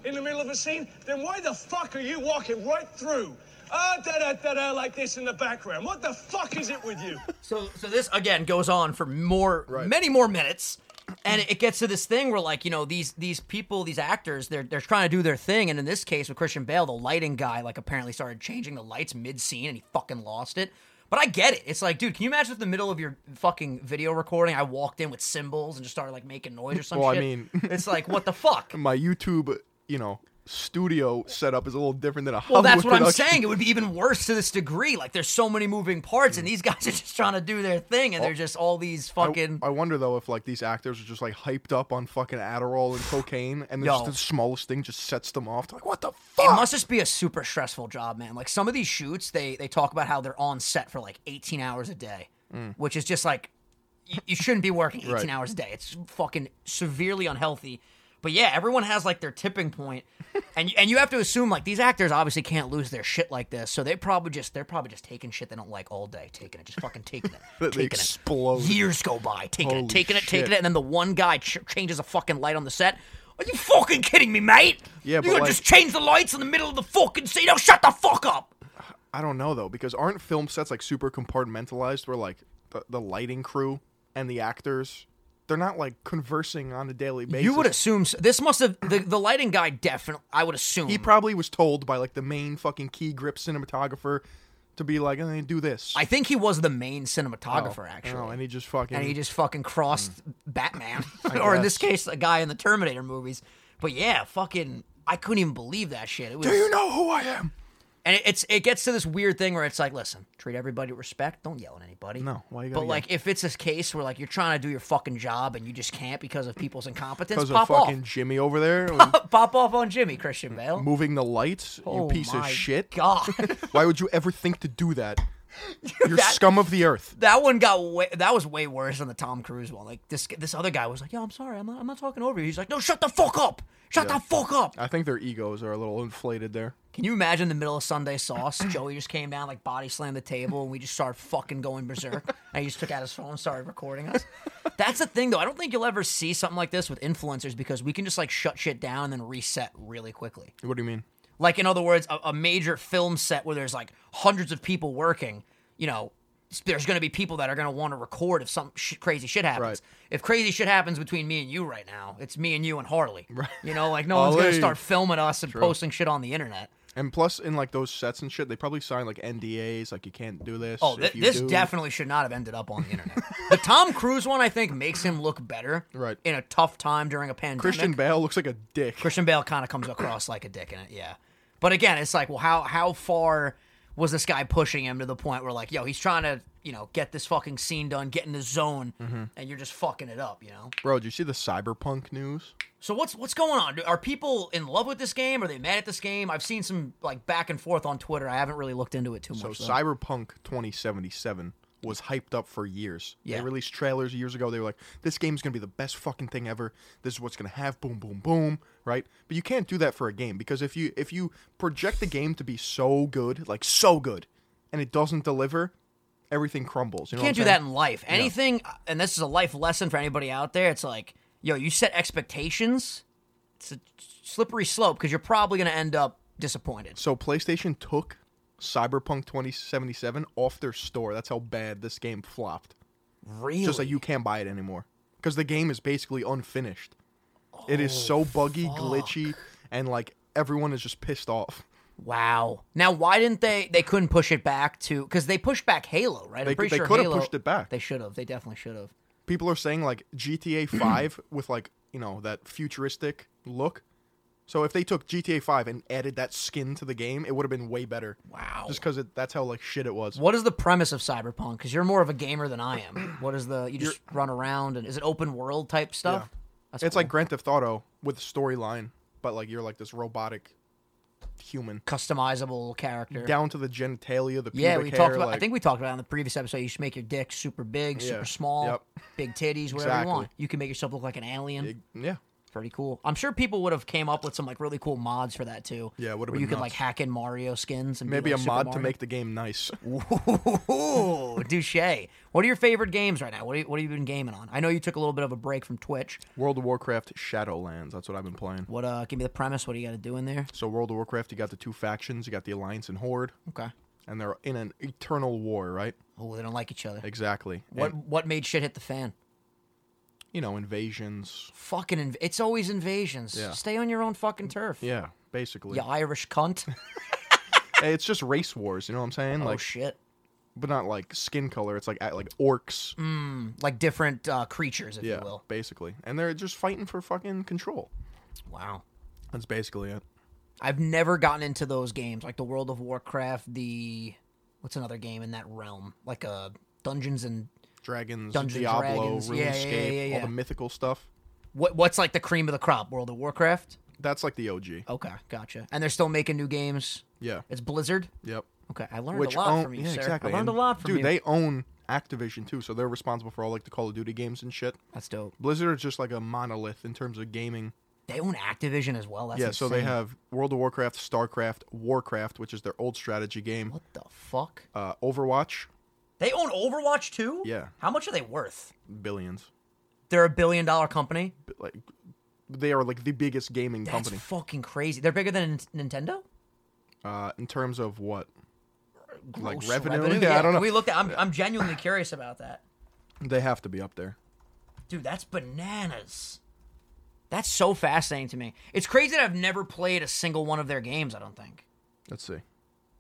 [SPEAKER 5] in the middle of a scene? Then why the fuck are you walking right through? Ah, da da da da, like this in the background. What the fuck is it with you?
[SPEAKER 1] So so this again goes on for more
[SPEAKER 2] Right.
[SPEAKER 1] many more minutes. And it gets to this thing where, like, you know, these these people, these actors, they're they're trying to do their thing, and in this case with Christian Bale, the lighting guy, like, apparently started changing the lights mid scene, and he fucking lost it. But I get it. It's like, dude, can you imagine if in the middle of your fucking video recording, I walked in with cymbals and just started like making noise or some
[SPEAKER 2] Well, I
[SPEAKER 1] shit?
[SPEAKER 2] mean-
[SPEAKER 1] it's like, what the fuck?
[SPEAKER 2] My YouTube, you know, studio setup is a little different than a
[SPEAKER 1] Well,
[SPEAKER 2] Hollywood
[SPEAKER 1] that's what I'm
[SPEAKER 2] production.
[SPEAKER 1] saying. It would be even worse to this degree. Like, there's so many moving parts, and these guys are just trying to do their thing, and they're just all these
[SPEAKER 2] I-
[SPEAKER 1] fucking.
[SPEAKER 2] I, wonder though if like these actors are just like hyped up on fucking Adderall and cocaine, and then
[SPEAKER 1] Yo.
[SPEAKER 2] just the smallest thing just sets them off. They're like, what the fuck?
[SPEAKER 1] It must just be a super stressful job, man. Like some of these shoots, they they talk about how they're on set for like 18 hours a day, which is just like you, you shouldn't be working 18
[SPEAKER 2] Mm. Right.
[SPEAKER 1] hours a day. It's fucking severely unhealthy. But yeah, everyone has like their tipping point, and you- and you have to assume like these actors obviously can't lose their shit like this, so they probably just they're probably just taking shit they don't like all day, taking it, just fucking taking
[SPEAKER 2] They
[SPEAKER 1] it, taking
[SPEAKER 2] explode.
[SPEAKER 1] it. Years go by, taking
[SPEAKER 2] Holy
[SPEAKER 1] it, taking it, taking
[SPEAKER 2] shit.
[SPEAKER 1] it, and then the one guy ch- changes a fucking light on the set. Are you fucking kidding me, mate?
[SPEAKER 2] Yeah,
[SPEAKER 1] you
[SPEAKER 2] but,
[SPEAKER 1] gonna
[SPEAKER 2] like-
[SPEAKER 1] just change the lights in the middle of the fucking scene. Oh, shut the fuck up.
[SPEAKER 2] I don't know though, because aren't film sets like super compartmentalized where like the, the lighting crew and the actors they're not like conversing on a daily basis.
[SPEAKER 1] You would assume s- this must have the, the lighting guy definitely. I would assume
[SPEAKER 2] he probably was told by like the main fucking key grip cinematographer to be like, eh, do this.
[SPEAKER 1] I think he was the main cinematographer actually,
[SPEAKER 2] Oh, and he just fucking
[SPEAKER 1] and he just fucking crossed Batman, or in this
[SPEAKER 2] guess.
[SPEAKER 1] case, a guy in the Terminator movies. But yeah, fucking, I couldn't even believe that shit. It was,
[SPEAKER 2] Do you know who I am?
[SPEAKER 1] and it, it's it gets to this weird thing where it's like, listen, treat everybody with respect. Don't yell at anybody.
[SPEAKER 2] No, why you
[SPEAKER 1] But
[SPEAKER 2] gotta
[SPEAKER 1] like, if it's a case where like you're trying to do your fucking job and you just can't because of people's incompetence,
[SPEAKER 2] Because of
[SPEAKER 1] pop
[SPEAKER 2] fucking
[SPEAKER 1] off.
[SPEAKER 2] Jimmy over there
[SPEAKER 1] Pop off on Jimmy Christian Bale. Oh
[SPEAKER 2] moving the lights, you piece of shit.
[SPEAKER 1] God.
[SPEAKER 2] Why would you ever think to do that? You're
[SPEAKER 1] That-
[SPEAKER 2] scum of the earth.
[SPEAKER 1] That one got way, that was way worse than the Tom Cruise one. Like this this other guy was like, "Yo, I'm sorry, I'm not, I'm not talking over you." He's like, "No, shut the fuck up, shut the fuck up."
[SPEAKER 2] I think their egos are a little inflated there.
[SPEAKER 1] Can you imagine the middle of Sunday sauce? Joey just came down, like body slammed the table, and we just started fucking going berserk. and he just took out his phone and started recording us. That's the thing, though. I don't think you'll ever see something like this with influencers because we can just like shut shit down and then reset really quickly.
[SPEAKER 2] What do you mean?
[SPEAKER 1] Like, in other words, a, a major film set where there's like hundreds of people working, you know, s- there's going to be people that are going to want to record if some sh- crazy shit happens.
[SPEAKER 2] Right.
[SPEAKER 1] If crazy shit happens between me and you right now, it's me and you and Harley. Right. You know, like no one's going to
[SPEAKER 2] Harley.
[SPEAKER 1] start filming us and posting shit on the internet.
[SPEAKER 2] And plus, in like those sets and shit, they probably sign like NDAs, like you can't do this.
[SPEAKER 1] Oh,
[SPEAKER 2] if
[SPEAKER 1] th-
[SPEAKER 2] you
[SPEAKER 1] this
[SPEAKER 2] do-
[SPEAKER 1] definitely should not have ended up on the internet. the Tom Cruise one, I think, makes him look better.
[SPEAKER 2] Right.
[SPEAKER 1] In a tough time during a pandemic.
[SPEAKER 2] Christian Bale looks like a dick.
[SPEAKER 1] Christian Bale kind of comes across like a dick in it, yeah. But again, it's like, well, how how far was this guy pushing him to the point where like, yo, he's trying to, you know, get this fucking scene done, get in the zone,
[SPEAKER 2] Mm-hmm.
[SPEAKER 1] and you're just fucking it up, you know?
[SPEAKER 2] Bro, did you see the cyberpunk news?
[SPEAKER 1] So what's what's going on? Are people in love with this game? Are they mad at this game? I've seen some like back and forth on Twitter. I haven't really looked into it too
[SPEAKER 2] So
[SPEAKER 1] much. though.
[SPEAKER 2] Cyberpunk 2077 was hyped up for years.
[SPEAKER 1] Yeah.
[SPEAKER 2] They released trailers years ago. They were like, "This game's gonna be the best fucking thing ever. This is what's gonna have boom, boom, boom." Right? But you can't do that for a game because if you if you project the game to be so good, like so good, and it doesn't deliver, everything crumbles. You know
[SPEAKER 1] can't do
[SPEAKER 2] what
[SPEAKER 1] that
[SPEAKER 2] I'm
[SPEAKER 1] in
[SPEAKER 2] saying?
[SPEAKER 1] life. Anything, and this is a life lesson for anybody out there. It's like, yo, you set expectations. It's a slippery slope because you're probably going to end up disappointed.
[SPEAKER 2] So PlayStation took Cyberpunk 2077 off their store. That's how bad this game flopped.
[SPEAKER 1] Really?
[SPEAKER 2] just like you can't buy it anymore because the game is basically unfinished. it is
[SPEAKER 1] Oh,
[SPEAKER 2] so buggy, glitchy, and like everyone is just pissed off.
[SPEAKER 1] wow. Now, why didn't they? They couldn't push it back to because they pushed back Halo, right?
[SPEAKER 2] They- they could have pushed it back.
[SPEAKER 1] They should have. They definitely should have.
[SPEAKER 2] People are saying like GTA 5 with like you know that futuristic look. So if they took GTA 5 and added that skin to the game, it would have been way better.
[SPEAKER 1] Wow.
[SPEAKER 2] Just because that's how like shit it was.
[SPEAKER 1] What is the premise of Cyberpunk? Because you're more of a gamer than I am. What is the? You just run around and is it open world type stuff? That's
[SPEAKER 2] It's
[SPEAKER 1] cool.
[SPEAKER 2] like Grand Theft Auto with a storyline, but like you're like this robotic human
[SPEAKER 1] customizable character.
[SPEAKER 2] down to the genitalia, the pubic
[SPEAKER 1] Yeah, we
[SPEAKER 2] hair,
[SPEAKER 1] talked about. I
[SPEAKER 2] like-
[SPEAKER 1] think we talked about in the previous episode. You should make your dick super big,
[SPEAKER 2] Yeah.
[SPEAKER 1] super small,
[SPEAKER 2] Yep.
[SPEAKER 1] big titties, whatever you
[SPEAKER 2] Exactly.
[SPEAKER 1] want. You can make yourself look like an alien.
[SPEAKER 2] yeah.
[SPEAKER 1] Pretty cool. I'm sure people would have came up with some like really cool mods for that too.
[SPEAKER 2] Yeah, would've
[SPEAKER 1] where
[SPEAKER 2] been
[SPEAKER 1] you could like
[SPEAKER 2] nuts.
[SPEAKER 1] hack in Mario skins and be,
[SPEAKER 2] Maybe
[SPEAKER 1] like,
[SPEAKER 2] a
[SPEAKER 1] Super
[SPEAKER 2] mod to
[SPEAKER 1] Mario.
[SPEAKER 2] make the game nice.
[SPEAKER 1] Ooh, douche. What are your favorite games right now? What, are you, what have you been gaming on? I know you took a little bit of a break from Twitch.
[SPEAKER 2] World of Warcraft Shadowlands. That's what I've been playing.
[SPEAKER 1] What? uh Give me the premise. What do you got to do in there?
[SPEAKER 2] So World of Warcraft, you got the two factions. You got the Alliance and Horde,
[SPEAKER 1] Okay.
[SPEAKER 2] and they're in an eternal war, right?
[SPEAKER 1] Oh, they don't like each other.
[SPEAKER 2] Exactly.
[SPEAKER 1] What?
[SPEAKER 2] And,
[SPEAKER 1] What made shit hit the fan?
[SPEAKER 2] you know invasions?
[SPEAKER 1] Fucking. Inv- it's always invasions.
[SPEAKER 2] Yeah.
[SPEAKER 1] Stay on your own fucking turf.
[SPEAKER 2] Yeah, basically.
[SPEAKER 1] You Irish cunt.
[SPEAKER 2] Hey, It's just race wars. You know what I'm saying?
[SPEAKER 1] oh
[SPEAKER 2] Like,
[SPEAKER 1] shit!
[SPEAKER 2] but not like skin color. It's like at- like orcs.
[SPEAKER 1] Mm, Like different uh, creatures, if
[SPEAKER 2] yeah,
[SPEAKER 1] you will.
[SPEAKER 2] basically. And they're just fighting for fucking control.
[SPEAKER 1] Wow.
[SPEAKER 2] That's basically it.
[SPEAKER 1] I've never gotten into those games, like the World of Warcraft, the what's another game in that realm, like uh, Dungeons and
[SPEAKER 2] Dragons,
[SPEAKER 1] Dungeons,
[SPEAKER 2] Diablo,
[SPEAKER 1] Dragons.
[SPEAKER 2] RuneScape,
[SPEAKER 1] Yeah, yeah, yeah, yeah,
[SPEAKER 2] all
[SPEAKER 1] yeah.
[SPEAKER 2] the mythical stuff.
[SPEAKER 1] what what's like the cream of the crop? World of Warcraft.
[SPEAKER 2] That's like the OG.
[SPEAKER 1] Okay, gotcha. And they're still making new games.
[SPEAKER 2] Yeah.
[SPEAKER 1] It's Blizzard.
[SPEAKER 2] Yep.
[SPEAKER 1] Okay, I learned
[SPEAKER 2] which
[SPEAKER 1] a lot
[SPEAKER 2] own,
[SPEAKER 1] from you,
[SPEAKER 2] yeah,
[SPEAKER 1] sir.
[SPEAKER 2] exactly.
[SPEAKER 1] I learned
[SPEAKER 2] And,
[SPEAKER 1] a lot from
[SPEAKER 2] dude,
[SPEAKER 1] you.
[SPEAKER 2] they own Activision too, so they're responsible for all like the Call of Duty games and shit.
[SPEAKER 1] That's dope.
[SPEAKER 2] Blizzard is just like a monolith in terms of gaming.
[SPEAKER 1] They own Activision as well. That's
[SPEAKER 2] yeah, so they
[SPEAKER 1] insane.
[SPEAKER 2] have World of Warcraft, StarCraft, Warcraft, which is their old strategy game,
[SPEAKER 1] what the fuck?
[SPEAKER 2] uh, Overwatch,
[SPEAKER 1] They own Overwatch too.
[SPEAKER 2] Yeah.
[SPEAKER 1] How much are they worth?
[SPEAKER 2] billions.
[SPEAKER 1] They're a billion dollar company.
[SPEAKER 2] B- Like they are like the biggest gaming
[SPEAKER 1] That's
[SPEAKER 2] company
[SPEAKER 1] fucking crazy. They're bigger than N- Nintendo.
[SPEAKER 2] uh, in terms of what like
[SPEAKER 1] Gross
[SPEAKER 2] revenue. Yeah, I don't know.
[SPEAKER 1] We looked at. I'm, I'm genuinely curious about that,
[SPEAKER 2] They have to be up there.
[SPEAKER 1] dude. That's bananas. That's so fascinating to me. It's crazy that I've never played a single one of their games. I don't think.
[SPEAKER 2] Let's see.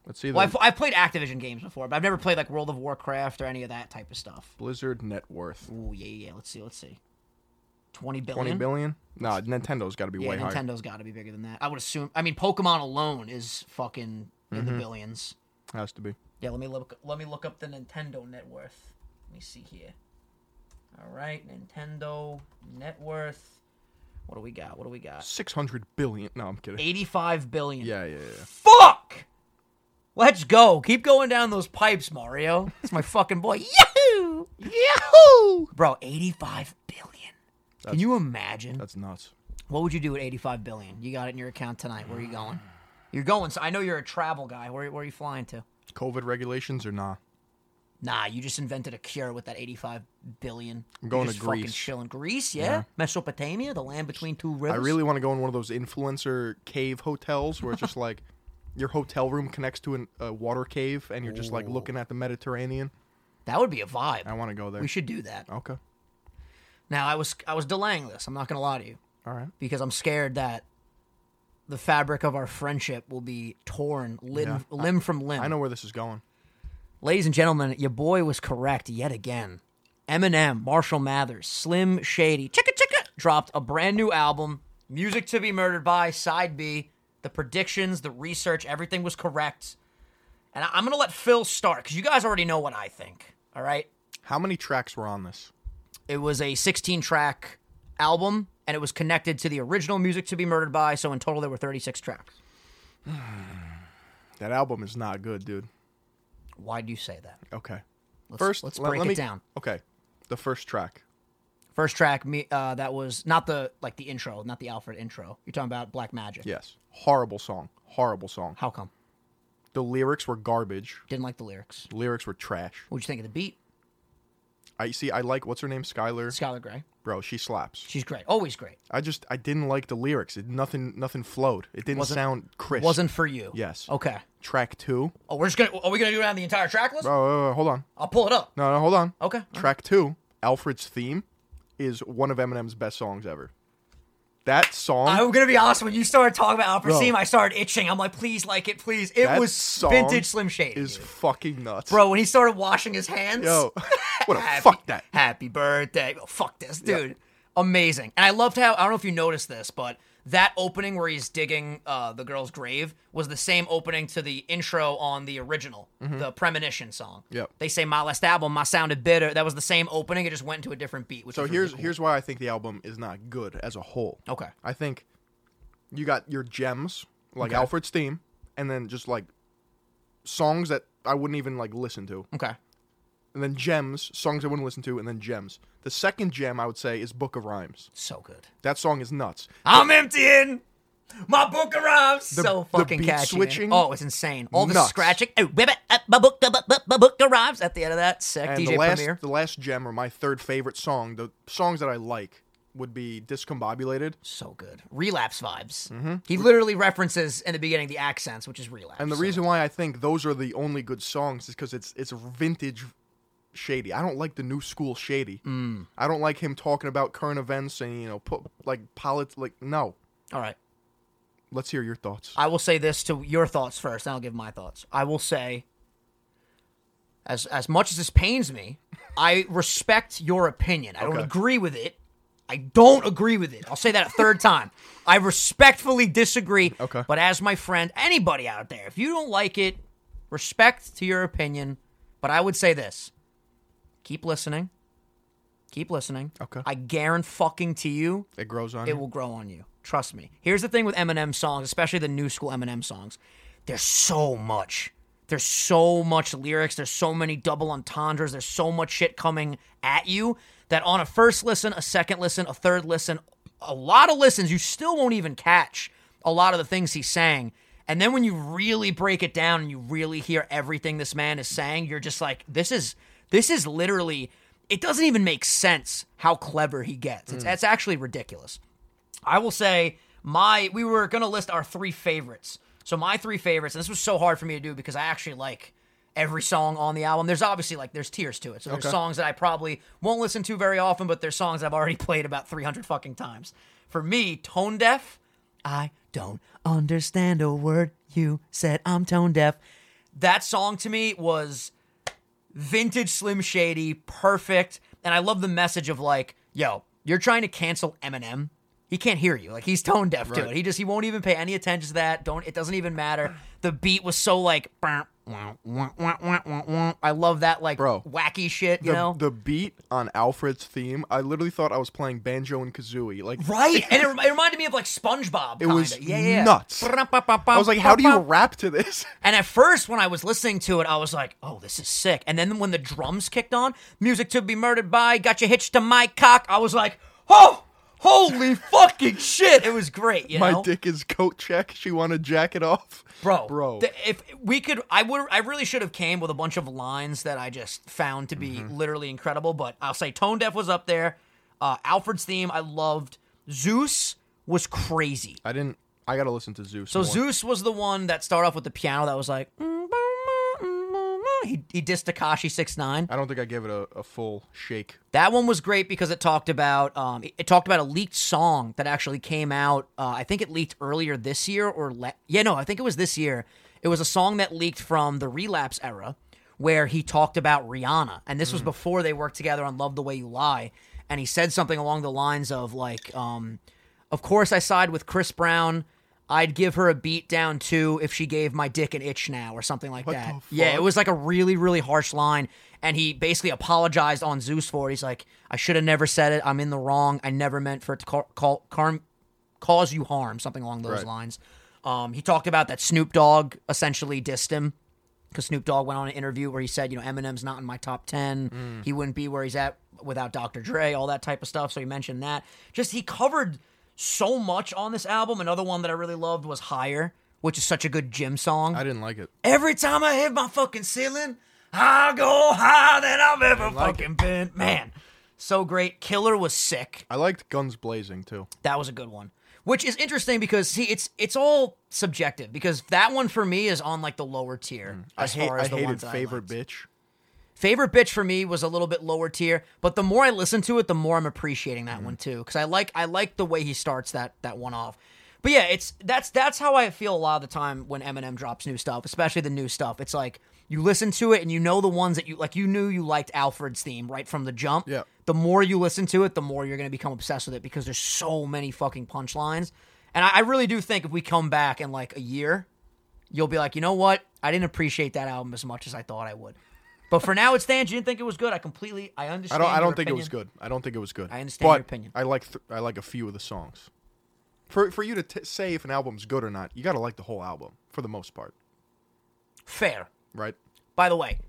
[SPEAKER 2] Let's see.
[SPEAKER 1] Well,
[SPEAKER 2] the
[SPEAKER 1] I've, I've played Activision games before, but I've never played like World of Warcraft or any of that type of stuff.
[SPEAKER 2] Blizzard net worth
[SPEAKER 1] Ooh, yeah, yeah. yeah. Let's see. Let's see. Twenty billion.
[SPEAKER 2] twenty billion. Nah, Nintendo's got to be
[SPEAKER 1] Yeah,
[SPEAKER 2] way higher.
[SPEAKER 1] Nintendo's got to be bigger than that. I would assume. I mean, Pokemon alone is fucking in the
[SPEAKER 2] Mm-hmm.
[SPEAKER 1] billions.
[SPEAKER 2] Has to be.
[SPEAKER 1] Yeah, let me look. Let me look up the Nintendo net worth. Let me see here. All right, Nintendo net worth. What do we got? What do we got?
[SPEAKER 2] Six hundred billion. No, I'm kidding.
[SPEAKER 1] Eighty-five billion.
[SPEAKER 2] Yeah, yeah, yeah.
[SPEAKER 1] Fuck. Let's go. Keep going down those pipes, Mario. It's my fucking boy. Yahoo! Yahoo! Bro, 85 billion. Can you imagine?
[SPEAKER 2] That's nuts.
[SPEAKER 1] What would you do with 85 billion? You got it in your account tonight. Where are you going? You're going. So I know you're a travel guy. Where, where are you flying to?
[SPEAKER 2] COVID regulations or nah?
[SPEAKER 1] Nah, you just invented a cure with that 85 billion. I'm
[SPEAKER 2] going to
[SPEAKER 1] fucking
[SPEAKER 2] Greece.
[SPEAKER 1] chilling. Greece, yeah? Mesopotamia, the land between two rivers.
[SPEAKER 2] I really want to go in one of those influencer cave hotels where it's just like your hotel room connects to an, a water cave and you're just like looking at the Mediterranean.
[SPEAKER 1] That would be a vibe.
[SPEAKER 2] I want to go there.
[SPEAKER 1] we should do that.
[SPEAKER 2] Okay.
[SPEAKER 1] Now, I was I was delaying this. I'm not going to lie to you
[SPEAKER 2] All right.
[SPEAKER 1] because I'm scared that the fabric of our friendship will be torn limb,
[SPEAKER 2] Yeah, I-
[SPEAKER 1] limb from limb.
[SPEAKER 2] I know where this is going.
[SPEAKER 1] Ladies and gentlemen, your boy was correct yet again. Eminem, Marshall Mathers, Slim Shady, Chicka Chicka dropped a brand new album, Music to Be Murdered By, Side B. The predictions, the research, everything was correct. And I- I'm going to let Phil start because you guys already know what I think. All right.
[SPEAKER 2] How many tracks were on this?
[SPEAKER 1] It was a 16 track album and it was connected to the original Music to Be Murdered By. So in total, there were 36 tracks.
[SPEAKER 2] That album is not good, dude.
[SPEAKER 1] Why do you say that?
[SPEAKER 2] Okay.
[SPEAKER 1] Let's,
[SPEAKER 2] 1st
[SPEAKER 1] let's break it down.
[SPEAKER 2] Okay. The first track.
[SPEAKER 1] First track, me uh, that was not the like the intro, not the Alfred intro. You're talking about Black Magic.
[SPEAKER 2] Yes. Horrible song. Horrible song.
[SPEAKER 1] How come?
[SPEAKER 2] The lyrics were garbage.
[SPEAKER 1] Didn't like the lyrics.
[SPEAKER 2] The lyrics were trash.
[SPEAKER 1] What'd you think of the beat?
[SPEAKER 2] I see. I like what's her name, Skylar.
[SPEAKER 1] Skylar Gray.
[SPEAKER 2] Bro, she slaps.
[SPEAKER 1] She's great. Always great.
[SPEAKER 2] I just I didn't like the lyrics. It nothing nothing flowed. It didn't
[SPEAKER 1] Wasn't-
[SPEAKER 2] sound crisp.
[SPEAKER 1] Wasn't for you.
[SPEAKER 2] Yes.
[SPEAKER 1] Okay.
[SPEAKER 2] track two.
[SPEAKER 1] Oh, we're just gonna. Are we gonna go down the entire track list?
[SPEAKER 2] Oh, wait, wait, wait, hold on.
[SPEAKER 1] I'll pull it up.
[SPEAKER 2] No, no, hold on.
[SPEAKER 1] Okay.
[SPEAKER 2] Track two, Alfred's theme, is one of Eminem's best songs ever. That song.
[SPEAKER 1] I'm gonna be honest. When you started talking about Alfred
[SPEAKER 2] Bro.
[SPEAKER 1] Seam, I started itching. I'm like, please like it, please. It
[SPEAKER 2] that
[SPEAKER 1] was
[SPEAKER 2] song
[SPEAKER 1] vintage Slim Shady,
[SPEAKER 2] Is
[SPEAKER 1] dude.
[SPEAKER 2] fucking nuts,
[SPEAKER 1] bro. When he started washing his hands,
[SPEAKER 2] Yo, what a
[SPEAKER 1] Happy-
[SPEAKER 2] fuck that.
[SPEAKER 1] Happy birthday. Oh, fuck this, dude. Amazing. And I loved how, I don't know if you noticed this, but that opening where he's digging uh, the girl's grave was the same opening to the intro on the original, the Premonition song.
[SPEAKER 2] Mm-hmm. Yep.
[SPEAKER 1] They say, My last album, my sounded bitter. That was the same opening. It just went to a different beat. Which
[SPEAKER 2] So
[SPEAKER 1] is
[SPEAKER 2] here's
[SPEAKER 1] really cool.
[SPEAKER 2] here's why I think the album is not good as a whole.
[SPEAKER 1] Okay.
[SPEAKER 2] I think you got your gems like Alfred's theme, and then just like songs that I wouldn't even like listen to,
[SPEAKER 1] Okay.
[SPEAKER 2] and then gems songs I wouldn't listen to, and then gems. The second gem I would say is Book of Rhymes.
[SPEAKER 1] So good.
[SPEAKER 2] That song is nuts.
[SPEAKER 1] I'm emptying my book of rhymes. so
[SPEAKER 2] the
[SPEAKER 1] fucking
[SPEAKER 2] beat
[SPEAKER 1] catchy. man.
[SPEAKER 2] switching?
[SPEAKER 1] Oh, it's insane. All the
[SPEAKER 2] Nuts.
[SPEAKER 1] scratching. Oh, whip it up, my book, my book, my book of rhymes at the end of that. Sick.
[SPEAKER 2] And
[SPEAKER 1] DJ
[SPEAKER 2] the last
[SPEAKER 1] Premier.
[SPEAKER 2] the last gem or my third favorite song, the songs that I like would be Discombobulated
[SPEAKER 1] So good. Relapse vibes. He literally references in the beginning the accents, which is relapse.
[SPEAKER 2] Mm-hmm. And the
[SPEAKER 1] So-
[SPEAKER 2] reason why I think those are the only good songs is because it's it's vintage shady. I don't like the new school shady. Mm. I don't like him talking about current events and you know put like politics. Like no,
[SPEAKER 1] All right.
[SPEAKER 2] let's hear your thoughts.
[SPEAKER 1] I will say this to your thoughts first, and I'll give my thoughts. I will say, as as much as this pains me, I respect your opinion. I don't
[SPEAKER 2] Okay.
[SPEAKER 1] agree with it. I don't agree with it. I'll say that a third time. I respectfully disagree.
[SPEAKER 2] Okay.
[SPEAKER 1] But as my friend, anybody out there, if you don't like it, respect to your opinion. But I would say this: keep listening. Keep listening.
[SPEAKER 2] Okay.
[SPEAKER 1] I guarantee fucking to you
[SPEAKER 2] it grows on.
[SPEAKER 1] it
[SPEAKER 2] you.
[SPEAKER 1] will grow on you. Trust me. Here's the thing with Eminem songs, especially the new school Eminem songs. There's so much. There's so much lyrics. There's so many double entendres. There's so much shit coming at you that on a first listen, a second listen, a third listen, a lot of listens, you still won't even catch a lot of the things he's saying. And then when you really break it down and you really hear everything this man is saying, you're just like, this is this is literally it doesn't even make sense how clever he gets.
[SPEAKER 2] Hmm.
[SPEAKER 1] It's, it's actually ridiculous. I will say my we were gonna list our three favorites. So my three favorites, and this was so hard for me to do because I actually like every song on the album. There's obviously like there's tiers to it. So there's songs that I probably won't listen to very often, but there's songs I've already played about 300 fucking times. For me, tone deaf. I don't understand a word you said. I'm tone deaf. That song to me was vintage Slim Shady, perfect. And I love the message of like, yo, you're trying to cancel Eminem. He can't hear you. Like he's tone deaf to
[SPEAKER 2] Right.
[SPEAKER 1] it. He just he won't even pay any attention to that. Don't it doesn't even matter. The beat was so like "Burr, wah, wah, wah, wah, wah, wah, I love that like
[SPEAKER 2] Bro.
[SPEAKER 1] wacky shit. You
[SPEAKER 2] the,
[SPEAKER 1] know,
[SPEAKER 2] the beat on Alfred's theme, I literally thought I was playing banjo and kazooie. Like
[SPEAKER 1] right? and it, rem- it reminded me of like SpongeBob.
[SPEAKER 2] It
[SPEAKER 1] kinda.
[SPEAKER 2] was
[SPEAKER 1] yeah, yeah.
[SPEAKER 2] nuts. I was like, how do you rap to this?
[SPEAKER 1] And at first, when I was listening to it, I was like, "Oh, this is sick." And then when the drums kicked on, "Music to be Murdered by," "Got You Hitched to My Cock," I was like, "Oh, holy fucking shit!" It was great, you
[SPEAKER 2] My
[SPEAKER 1] know,
[SPEAKER 2] dick is coat check. She want to jack it off,
[SPEAKER 1] bro.
[SPEAKER 2] Bro,
[SPEAKER 1] th- if we could, I would. I really should have came with a bunch of lines that I just found to be
[SPEAKER 2] Mm-hmm.
[SPEAKER 1] literally incredible. But I'll say, Tone Deaf was up there. Uh, Alfred's theme, I loved. Zeus was crazy.
[SPEAKER 2] I didn't. I gotta listen to Zeus.
[SPEAKER 1] So
[SPEAKER 2] more.
[SPEAKER 1] Zeus was the one that started off with the piano that was like. "Mm, He, he dissed Takashi six nine.
[SPEAKER 2] I don't think I gave it a, a full shake.
[SPEAKER 1] That one was great because it talked about um, it, it talked about a leaked song that actually came out. Uh, I think it leaked earlier this year or le- yeah, no, I think it was this year. It was a song that leaked from the Relapse era, where he talked about Rihanna, and this was before they worked together on "Love the Way You Lie," and he said something along the lines of like, um, "Of course I side with Chris Brown." I'd give her a beat down too if she gave my dick an itch now or something like that.
[SPEAKER 2] the
[SPEAKER 1] Yeah,
[SPEAKER 2] fuck?
[SPEAKER 1] it was like a really, really harsh line. And he basically apologized on Zeus for it. He's like, I should have never said it. I'm in the wrong. I never meant for it to call, call, carm, cause you harm, something along those
[SPEAKER 2] Right.
[SPEAKER 1] lines. Um, he talked about that Snoop Dogg essentially dissed him because Snoop Dogg went on an interview where he said, you know, Eminem's not in my top 10.
[SPEAKER 2] Mm.
[SPEAKER 1] He wouldn't be where he's at without Dr. Dre, all that type of stuff. So he mentioned that. Just he covered so much on this album. Another one that I really loved was Higher, which is such a good gym song.
[SPEAKER 2] I didn't like it.
[SPEAKER 1] Every time I hit my fucking ceiling, I go higher than I've ever
[SPEAKER 2] like
[SPEAKER 1] fucking been. Man, so great. Killer was sick.
[SPEAKER 2] I liked Guns Blazing too.
[SPEAKER 1] That was a good one. Which is interesting because see, it's it's all subjective because that one for me is on like the lower tier
[SPEAKER 2] Mm. I,
[SPEAKER 1] as
[SPEAKER 2] hate,
[SPEAKER 1] far as
[SPEAKER 2] I
[SPEAKER 1] the
[SPEAKER 2] hated
[SPEAKER 1] ones that
[SPEAKER 2] favorite
[SPEAKER 1] I liked.
[SPEAKER 2] bitch.
[SPEAKER 1] Favorite bitch for me was a little bit lower tier, but the more I listen to it, the more I'm appreciating that one too. Because I like I like the way he starts that that one off. But yeah, it's that's that's how I feel a lot of the time when Eminem drops new stuff, especially the new stuff. It's like you listen to it and you know the ones that you like. You knew you liked Alfred's theme right from the jump.
[SPEAKER 2] Yeah.
[SPEAKER 1] The more you listen to it, the more you're gonna become obsessed with it because there's so many fucking punchlines. And I, I really do think if we come back in like a year, you'll be like, you know what? I didn't appreciate that album as much as I thought I would. But for now, it stands. You didn't think it was good. I completely, I
[SPEAKER 2] I
[SPEAKER 1] understand.
[SPEAKER 2] don't. I
[SPEAKER 1] your
[SPEAKER 2] don't think it was
[SPEAKER 1] opinion.
[SPEAKER 2] good. I don't think it was good.
[SPEAKER 1] I understand your
[SPEAKER 2] But
[SPEAKER 1] opinion.
[SPEAKER 2] I like. Th- I like a few of the songs. For for you to t- say if an album's good or not, you gotta like the whole album for the most part,
[SPEAKER 1] Fair.
[SPEAKER 2] right?
[SPEAKER 1] By the way,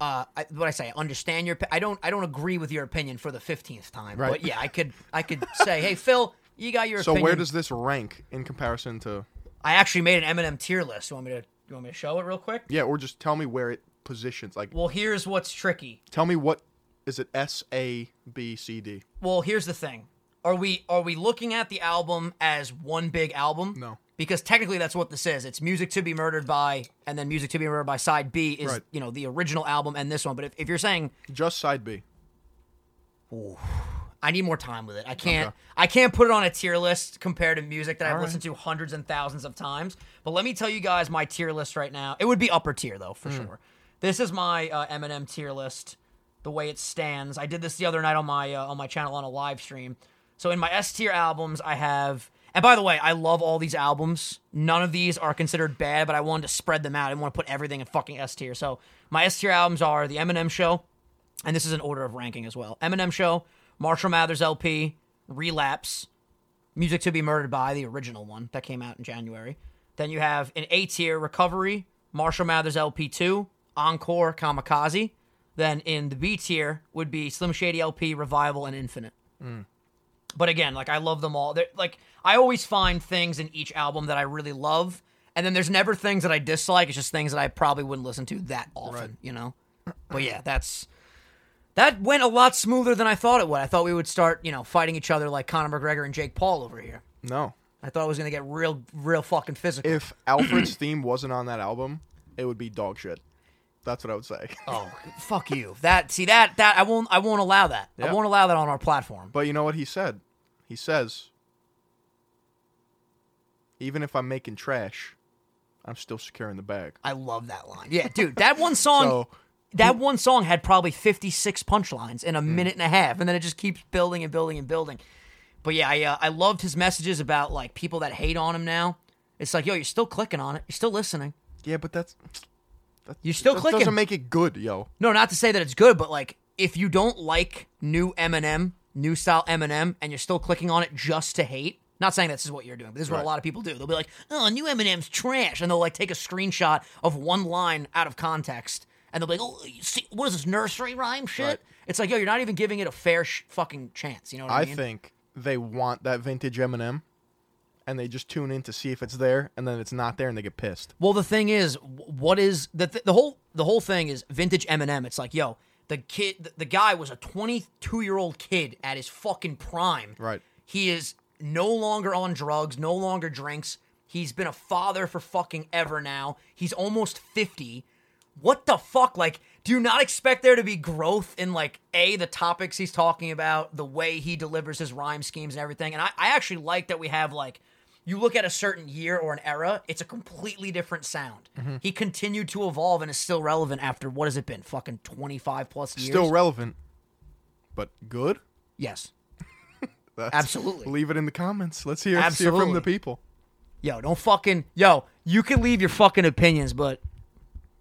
[SPEAKER 1] uh, I, what I say, I understand your. opi- I don't. I don't agree with your opinion for the fifteenth time.
[SPEAKER 2] Right.
[SPEAKER 1] But yeah, I could. I could say, hey, Phil, you got your.
[SPEAKER 2] So
[SPEAKER 1] opinion.
[SPEAKER 2] where does this rank in comparison to?
[SPEAKER 1] I actually made an Eminem tier list? You want me to? You want me to show it real quick?
[SPEAKER 2] Yeah, or just tell me where it positions. Like,
[SPEAKER 1] Well, here's what's tricky.
[SPEAKER 2] tell me what is it? S A B C D.
[SPEAKER 1] Well, here's the thing. Are we are we looking at the album as one big album?
[SPEAKER 2] No.
[SPEAKER 1] Because technically that's what this is. It's Music to be Murdered by and then Music to be Murdered by side B is,
[SPEAKER 2] Right.
[SPEAKER 1] you know, the original album and this one. But if, if you're saying
[SPEAKER 2] Just side B.
[SPEAKER 1] I need more time with it. I can't
[SPEAKER 2] Okay.
[SPEAKER 1] I can't put it on a tier list compared to music that I've
[SPEAKER 2] right.
[SPEAKER 1] listened to hundreds and thousands of times. But let me tell you guys my tier list right now. It would be upper tier though, for
[SPEAKER 2] Hmm.
[SPEAKER 1] sure. This is my uh, Eminem tier list, the way it stands. I did this the other night on my uh, on my channel on a live stream. So in my S tier albums, I have. And by the way, I love all these albums. None of these are considered bad, but I wanted to spread them out. I didn't want to put everything in fucking S tier. So my S tier albums are The Eminem Show, and this is an order of ranking as well. Eminem Show, Marshall Mathers LP, Relapse, Music to Be Murdered by, the original one that came out in January. Then you have an A tier, Recovery, Marshall Mathers LP2, Encore, Kamikaze. Then in the B tier would be Slim Shady LP, Revival, and Infinite. But again, like I love them all. They're, like I always find things in each album that I really love, and then there's never things that I dislike. It's just things that I probably wouldn't listen to that often, you know. But yeah, that's that went a lot smoother than I thought it would. I thought we would start, you know, fighting each other like Conor McGregor and Jake Paul over here.
[SPEAKER 2] No.
[SPEAKER 1] I thought it was gonna get real, real fucking physical.
[SPEAKER 2] If Alfred's theme wasn't on that album, it would be dog shit. That's what I would say.
[SPEAKER 1] oh, fuck you! That see that that I won't I won't allow that. I
[SPEAKER 2] Yeah.
[SPEAKER 1] won't allow that on our platform.
[SPEAKER 2] But you know what he said? He says, even if I'm making trash, I'm still securing the bag.
[SPEAKER 1] I love that line. Yeah, dude, that one song.
[SPEAKER 2] So
[SPEAKER 1] that one song had probably 56 punchlines
[SPEAKER 2] Mm.
[SPEAKER 1] in a minute and a half and then it just keeps building and building and building but yeah i uh, i loved his messages about like people that hate on him now it's like yo you're still clicking on it you're still listening
[SPEAKER 2] yeah, but that's
[SPEAKER 1] You're still
[SPEAKER 2] That
[SPEAKER 1] clicking.
[SPEAKER 2] doesn't make it good, yo.
[SPEAKER 1] no, not to say that it's good, but like if you don't like new Eminem, new style Eminem, and you're still clicking on it just to hate. Not saying this is what you're doing, but this is what
[SPEAKER 2] Right.
[SPEAKER 1] a lot of people do. They'll be like, "Oh, new Eminem's trash," and they'll like take a screenshot of one line out of context, and they'll be like, "Oh, you see, what is this nursery rhyme shit?"
[SPEAKER 2] Right.
[SPEAKER 1] It's like, yo, you're not even giving it a fair sh- fucking chance. You know what I,
[SPEAKER 2] I
[SPEAKER 1] mean?
[SPEAKER 2] think they want that vintage Eminem, and they just tune in to see if it's there, and then it's not there, and they get pissed.
[SPEAKER 1] Well, the thing is, wh- what is the th- the whole the whole thing is vintage Eminem. It's like, yo, the kid, the, the guy was a 22 year old kid at his fucking prime.
[SPEAKER 2] Right.
[SPEAKER 1] He is no longer on drugs, no longer drinks. He's been a father for fucking ever now. He's almost 50. What the fuck? Like, do you not expect there to be growth in, like, A, the topics he's talking about, the way he delivers his rhyme schemes and everything? And I, I actually like that we have, like, you look at a certain year or an era, it's a completely different sound. He continued to evolve and is still relevant after what has it been? Fucking 25 plus years?
[SPEAKER 2] Still relevant, but good.
[SPEAKER 1] yes.
[SPEAKER 2] That's-
[SPEAKER 1] Absolutely.
[SPEAKER 2] Leave it in the comments. Let's hear, let's hear from
[SPEAKER 1] Absolutely.
[SPEAKER 2] the people.
[SPEAKER 1] Yo, don't fucking yo. You can leave your fucking opinions, but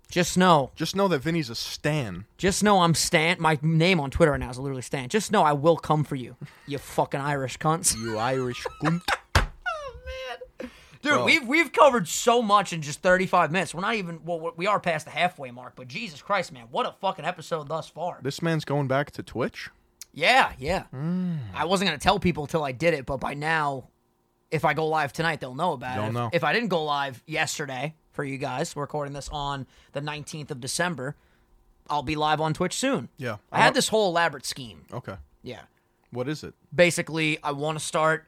[SPEAKER 1] just know,
[SPEAKER 2] Just know that Vinny's a stan.
[SPEAKER 1] just know I'm Stan. My name on Twitter right now is literally Stan. Just know I will come for you, you fucking Irish cunts.
[SPEAKER 2] You Irish cunt.
[SPEAKER 1] Dude,
[SPEAKER 2] Bro.
[SPEAKER 1] we've we've covered so much in just 35 minutes. We're not even well, we're- we are past the halfway mark, but Jesus Christ, man, what a fucking episode thus far.
[SPEAKER 2] This man's going back to Twitch.
[SPEAKER 1] Yeah, yeah.
[SPEAKER 2] Mm.
[SPEAKER 1] I wasn't gonna tell people till I did it, but by now, if I go live tonight, they'll know about it.
[SPEAKER 2] They'll
[SPEAKER 1] If-
[SPEAKER 2] know.
[SPEAKER 1] If, I didn't go live yesterday for you guys, we're recording this on the nineteenth of December. I'll be live on Twitch soon.
[SPEAKER 2] Yeah.
[SPEAKER 1] I had this whole elaborate scheme.
[SPEAKER 2] Okay.
[SPEAKER 1] Yeah,
[SPEAKER 2] What is it?
[SPEAKER 1] basically, I want to start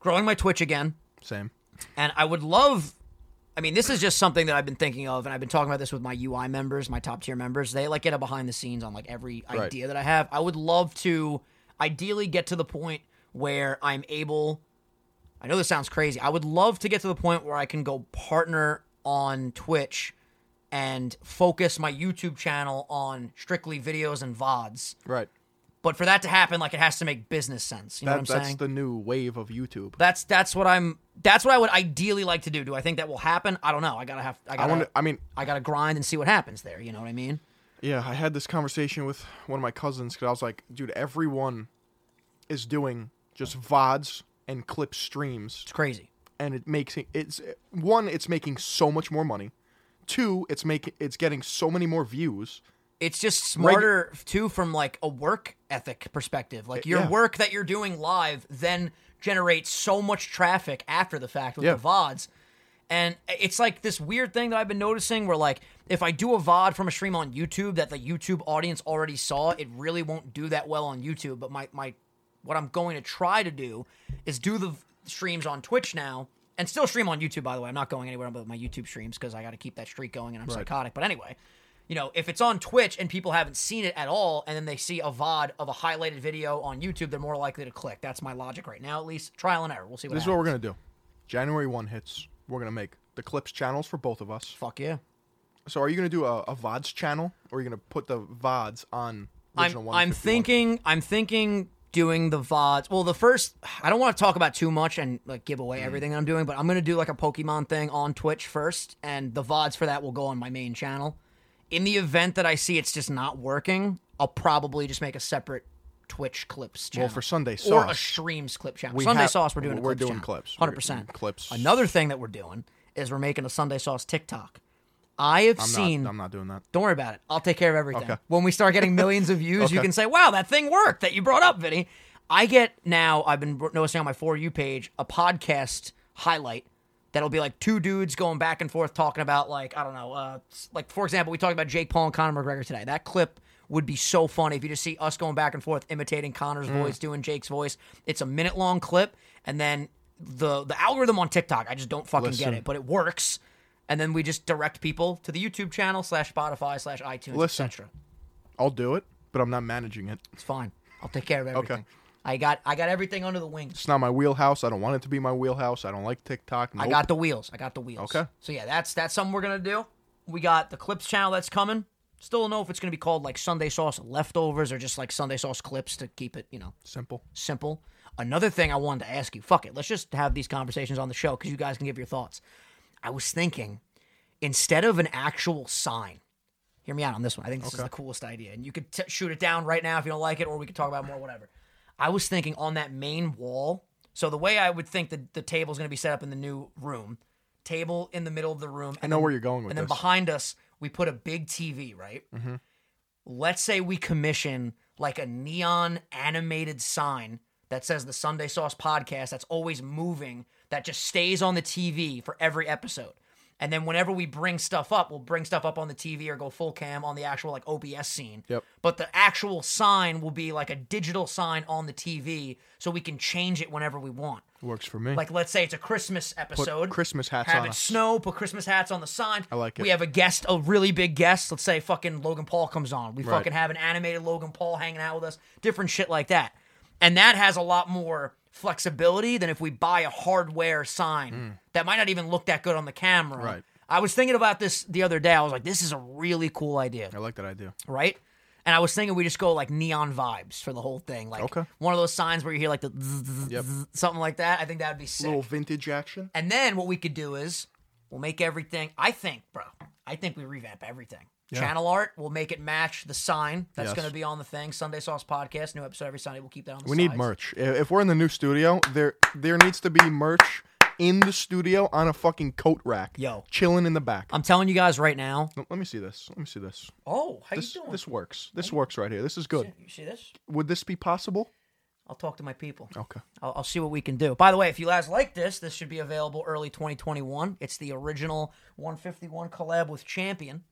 [SPEAKER 1] growing my Twitch again.
[SPEAKER 2] Same.
[SPEAKER 1] And I would love. I mean, this is just something that I've been thinking of, and I've been talking about this with my UI members, my top tier members. They like get a behind the scenes on like every
[SPEAKER 2] Right.
[SPEAKER 1] idea that I have. I would love to, ideally, get to the point where I'm able. I know this sounds crazy. I would love to get to the point where I can go partner on Twitch and focus my YouTube channel on strictly videos and VODs.
[SPEAKER 2] Right.
[SPEAKER 1] But for that to happen, like it has to make business sense. You know
[SPEAKER 2] That,
[SPEAKER 1] what I'm
[SPEAKER 2] that's
[SPEAKER 1] saying?
[SPEAKER 2] the new wave of YouTube.
[SPEAKER 1] That's that's what I'm. That's what I would ideally like to do. Do I think that will happen? I don't know. I gotta have. I
[SPEAKER 2] I
[SPEAKER 1] gotta. I,
[SPEAKER 2] want. to I mean,
[SPEAKER 1] gotta grind and see what happens there. You know what I mean?
[SPEAKER 2] Yeah, I had this conversation with one of my cousins because I was like, dude, everyone is doing just VODs and clip streams,
[SPEAKER 1] It's crazy.
[SPEAKER 2] and it makes it, it's one, it's making so much more money. Two, it's making it's getting so many more views.
[SPEAKER 1] It's just smarter too from like a work ethic perspective. Like your
[SPEAKER 2] Eh, yeah.
[SPEAKER 1] work that you're doing live then generates so much traffic after the fact with
[SPEAKER 2] Yeah.
[SPEAKER 1] the vods. And it's like this weird thing that I've been noticing where like if I do a VOD from a stream on YouTube that the YouTube audience already saw, it really won't do that well on YouTube. But my my what I'm going to try to do is do the v- streams on Twitch now and still stream on YouTube by the way. I'm not going anywhere but my YouTube streams because I gotta keep that streak going and I'm psychotic. But anyway, you know, if it's on Twitch and people haven't seen it at all and then they see a VOD of a highlighted video on YouTube, they're more likely to click. That's my logic right now, at least. Trial and error. We'll see what
[SPEAKER 2] This is what
[SPEAKER 1] happens.
[SPEAKER 2] we're gonna do. January one hits. We're gonna make the clips channels for both of us.
[SPEAKER 1] Fuck yeah.
[SPEAKER 2] So, are you gonna do a, a VODs channel, or are you gonna put the VODs on original
[SPEAKER 1] I'm,
[SPEAKER 2] one?
[SPEAKER 1] I'm thinking I'm thinking doing the VODs. Well, the first I don't want to talk about too much and like give
[SPEAKER 2] Mm.
[SPEAKER 1] away everything I'm doing, but I'm gonna do like a Pokemon thing on Twitch first, and the VODs for that will go on my main channel. In the event that I see it's just not working, I'll probably just make a separate Twitch clips channel.
[SPEAKER 2] for Sunday
[SPEAKER 1] or a
[SPEAKER 2] Sauce,
[SPEAKER 1] streams clip channel.
[SPEAKER 2] we
[SPEAKER 1] Sunday
[SPEAKER 2] have-
[SPEAKER 1] sauce, we're doing. a
[SPEAKER 2] we're
[SPEAKER 1] clips
[SPEAKER 2] doing
[SPEAKER 1] channel.
[SPEAKER 2] clips. We're-
[SPEAKER 1] Hundred percent
[SPEAKER 2] clips.
[SPEAKER 1] Another thing that we're doing is we're making a Sunday sauce TikTok. I have
[SPEAKER 2] I'm
[SPEAKER 1] seen.
[SPEAKER 2] Not, I'm not doing that.
[SPEAKER 1] Don't worry about it. I'll take care of everything.
[SPEAKER 2] Okay.
[SPEAKER 1] When we start getting millions of views, you
[SPEAKER 2] Okay.
[SPEAKER 1] can say, "Wow, that thing worked that you brought up, Vinny." I get now. I've been noticing on my for you page a podcast highlight that'll be like two dudes going back and forth talking about like I don't know, uh, s- like for example, we talked about Jake Paul and Conor McGregor today. That clip would be so funny if you just see us going back and forth imitating Conor's
[SPEAKER 2] Mm.
[SPEAKER 1] voice, doing Jake's voice. It's a minute long clip, and then the the algorithm on TikTok, I just don't fucking get
[SPEAKER 2] Listen.
[SPEAKER 1] it, but it works and then we just direct people to the YouTube channel slash Spotify slash iTunes,
[SPEAKER 2] Listen.
[SPEAKER 1] etc.
[SPEAKER 2] I'll do it, but I'm not managing it.
[SPEAKER 1] It's fine. I'll take care of everything. I got I got everything under the wings.
[SPEAKER 2] it's not my wheelhouse. I don't want it to be my wheelhouse. I don't like TikTok.
[SPEAKER 1] I
[SPEAKER 2] Nope.
[SPEAKER 1] got the wheels. I got the wheels.
[SPEAKER 2] Okay.
[SPEAKER 1] So yeah, that's that's something we're gonna do. We got the clips channel that's coming. Still don't know if it's gonna be called like Sunday Sauce Leftovers or just like Sunday Sauce Clips to keep it you know
[SPEAKER 2] simple.
[SPEAKER 1] simple. Another thing I wanted to ask you. Fuck it. Let's just have these conversations on the show because you guys can give your thoughts. I was thinking instead of an actual sign, Hear me out on this one. I think this is the coolest idea, and you could t- shoot it down right now if you don't like it, or we could talk about it more. Whatever. I was thinking on that main wall. So the way I would think that the table is going to be set up in the new room, table in the middle of the room.
[SPEAKER 2] I know where you're going with
[SPEAKER 1] and then
[SPEAKER 2] this. Mm-hmm.
[SPEAKER 1] behind us we put a big tv right let's say we commission like a neon animated sign that says the sunday sauce podcast that's always moving that just stays on the tv for every episode and then whenever we bring stuff up we'll bring stuff up on the tv or go full cam on the actual like obs scene
[SPEAKER 2] Yep.
[SPEAKER 1] but the actual sign will be like a digital sign on the tv so we can change it whenever we want
[SPEAKER 2] Works for me.
[SPEAKER 1] like let's say it's a Christmas episode.
[SPEAKER 2] Christmas hats
[SPEAKER 1] have
[SPEAKER 2] on
[SPEAKER 1] it
[SPEAKER 2] us.
[SPEAKER 1] snow. Put Christmas hats on the sign. I
[SPEAKER 2] like it.
[SPEAKER 1] We have a guest, a really big guest. Let's say fucking Logan Paul comes on. We
[SPEAKER 2] Right.
[SPEAKER 1] fucking have an animated Logan Paul hanging out with us. Different shit like that, and that has a lot more flexibility than if we buy a hardware sign that might not even look that good on the camera.
[SPEAKER 2] Hmm. Right.
[SPEAKER 1] I was thinking about this the other day. I was like, this is a really cool idea
[SPEAKER 2] I like that idea.
[SPEAKER 1] right? And I was thinking we just go like neon vibes for the whole thing, like
[SPEAKER 2] Okay.
[SPEAKER 1] one of those signs where you hear like the zzz, zzz,
[SPEAKER 2] Yep.
[SPEAKER 1] zzz, something like that. I think that would be sick.
[SPEAKER 2] Little vintage action.
[SPEAKER 1] And then what we could do is we'll make everything. I think, bro, I think we revamp everything. Channel art, we'll make it match the sign that's
[SPEAKER 2] Yes.
[SPEAKER 1] going to be on the thing. Sunday Sauce Podcast, new episode every Sunday. We'll keep that on. The
[SPEAKER 2] We need
[SPEAKER 1] sides.
[SPEAKER 2] merch. I- If we're in the new studio, there there needs to be merch in the studio on a fucking coat rack.
[SPEAKER 1] Yo.
[SPEAKER 2] chilling in the back.
[SPEAKER 1] I'm telling you guys right now.
[SPEAKER 2] Let me see this. Let me see this.
[SPEAKER 1] Oh, how
[SPEAKER 2] This
[SPEAKER 1] you doing?
[SPEAKER 2] this works. This works right here. This is good.
[SPEAKER 1] you see this?
[SPEAKER 2] Would this be possible?
[SPEAKER 1] I'll talk to my people.
[SPEAKER 2] Okay.
[SPEAKER 1] I'll, I'll see what we can do. By the way, if you guys like this, this should be available early 2021. It's the original 151 collab with Champion.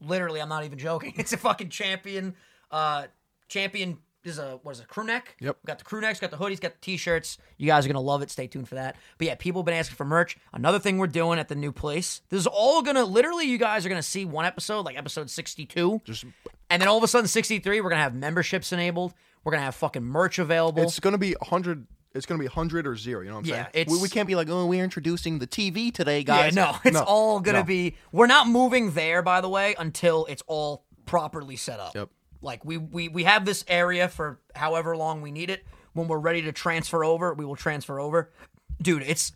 [SPEAKER 1] Literally, I'm not even joking. It's a fucking Champion. Uh, Champion is a what is it? Crew neck.
[SPEAKER 2] Yep.
[SPEAKER 1] Got the crew necks. Got the hoodies. Got the t-shirts. You guys are gonna love it. Stay tuned for that. But yeah, people have been asking for merch. Another thing we're doing at the new place. This is all gonna literally. You guys are gonna see one episode, like episode 62.
[SPEAKER 2] Just
[SPEAKER 1] And then all of a sudden, 63, we're going to have memberships enabled. We're going to have fucking merch available.
[SPEAKER 2] it's gonna be hundred. It's gonna be hundred or zero. You know what I'm
[SPEAKER 1] Yeah,
[SPEAKER 2] saying?
[SPEAKER 1] it's-
[SPEAKER 2] we, we can't be like, oh, we're introducing the TV today,
[SPEAKER 1] yeah,
[SPEAKER 2] guys.
[SPEAKER 1] no, it's
[SPEAKER 2] No,
[SPEAKER 1] all going to
[SPEAKER 2] no.
[SPEAKER 1] be. We're not moving there, by the way, until it's all properly set up.
[SPEAKER 2] Yep.
[SPEAKER 1] Like, we, we, we have this area for however long we need it. When we're ready to transfer over, we will transfer over. Dude, it's.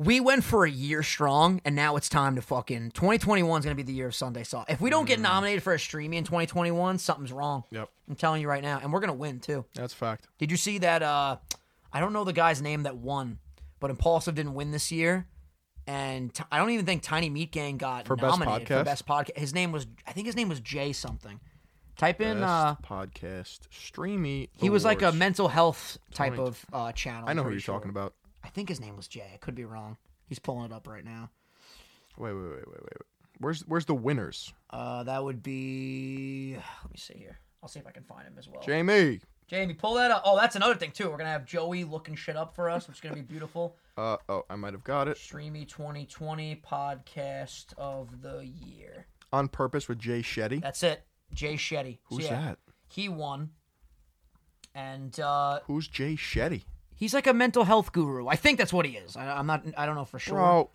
[SPEAKER 1] We went for a year strong, and now it's time to fucking. 2021 is going to be the year of Sunday Saw. If we don't get nominated for a streaming in 2021, something's wrong.
[SPEAKER 2] Mm. Yep.
[SPEAKER 1] I'm telling you right now. And we're going to win, too.
[SPEAKER 2] That's fact.
[SPEAKER 1] Did you see that? Uh, I don't know the guy's name that won, but Impulsive didn't win this year, and t- I don't even think Tiny Meat Gang got
[SPEAKER 2] For best
[SPEAKER 1] nominated
[SPEAKER 2] podcast?
[SPEAKER 1] for best podcast. His name was, I think his name was Jay something. Type in.
[SPEAKER 2] Best
[SPEAKER 1] Uh,
[SPEAKER 2] podcast streamy.
[SPEAKER 1] he was like a
[SPEAKER 2] awards.
[SPEAKER 1] mental health type of uh, channel.
[SPEAKER 2] I
[SPEAKER 1] I'm
[SPEAKER 2] know who
[SPEAKER 1] pretty
[SPEAKER 2] you're
[SPEAKER 1] sure.
[SPEAKER 2] talking about.
[SPEAKER 1] I think his name was Jay. I could be wrong. He's pulling it up right now.
[SPEAKER 2] Wait, wait, wait, wait, wait. wait. Where's where's the winners?
[SPEAKER 1] Uh, that would be. Let me see here. I'll see if I can find him as well.
[SPEAKER 2] Jamie.
[SPEAKER 1] Jamie, pull that up. Oh, that's another thing too. We're gonna have Joey looking shit up for us, which is gonna be beautiful.
[SPEAKER 2] Uh oh, I might have got it
[SPEAKER 1] Streamy 2020 podcast of the year.
[SPEAKER 2] on purpose with Jay Shetty.
[SPEAKER 1] That's it. Jay Shetty. So,
[SPEAKER 2] Who's
[SPEAKER 1] yeah,
[SPEAKER 2] that?
[SPEAKER 1] He won. And uh,
[SPEAKER 2] Who's Jay Shetty?
[SPEAKER 1] he's like a mental health guru. I think that's what he is. I, I'm not. I don't know for sure.
[SPEAKER 2] Bro,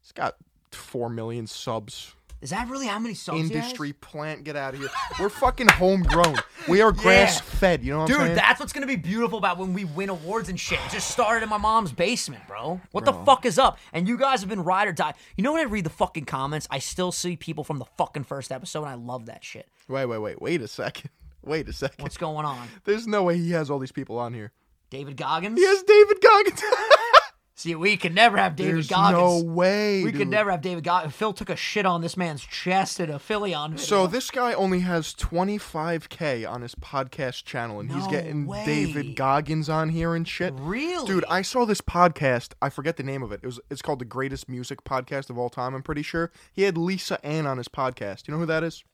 [SPEAKER 2] it's got four million subs.
[SPEAKER 1] Is that really how many subs? he has?
[SPEAKER 2] Industry plant, get out of here. We're fucking homegrown. We are grass fed. You know what I'm saying?
[SPEAKER 1] Dude, that's what's gonna be beautiful about when we win awards and shit. It just started in my mom's basement, bro. What the fuck is up? And you guys have been ride or die. You know when I read the fucking comments, I still see people from the fucking first episode, and I love that shit.
[SPEAKER 2] Wait, wait, wait, wait a second. Wait a second.
[SPEAKER 1] What's going on,
[SPEAKER 2] There's no way he has all these people on here.
[SPEAKER 1] David Goggins?
[SPEAKER 2] He has David Goggins.
[SPEAKER 1] See, we could never have David
[SPEAKER 2] There's
[SPEAKER 1] Goggins.
[SPEAKER 2] no way.
[SPEAKER 1] we
[SPEAKER 2] dude.
[SPEAKER 1] could never have David Goggins. Phil took a shit on this man's chest at a Philly on video.
[SPEAKER 2] So this guy only has 25k on his podcast channel, and he's
[SPEAKER 1] No
[SPEAKER 2] getting
[SPEAKER 1] way.
[SPEAKER 2] David Goggins on here and shit.
[SPEAKER 1] Really?
[SPEAKER 2] dude? I saw this podcast. I forget the name of it. It was it's called the Greatest Music Podcast of All Time. I'm pretty sure he had Lisa Ann on his podcast. You know who that is?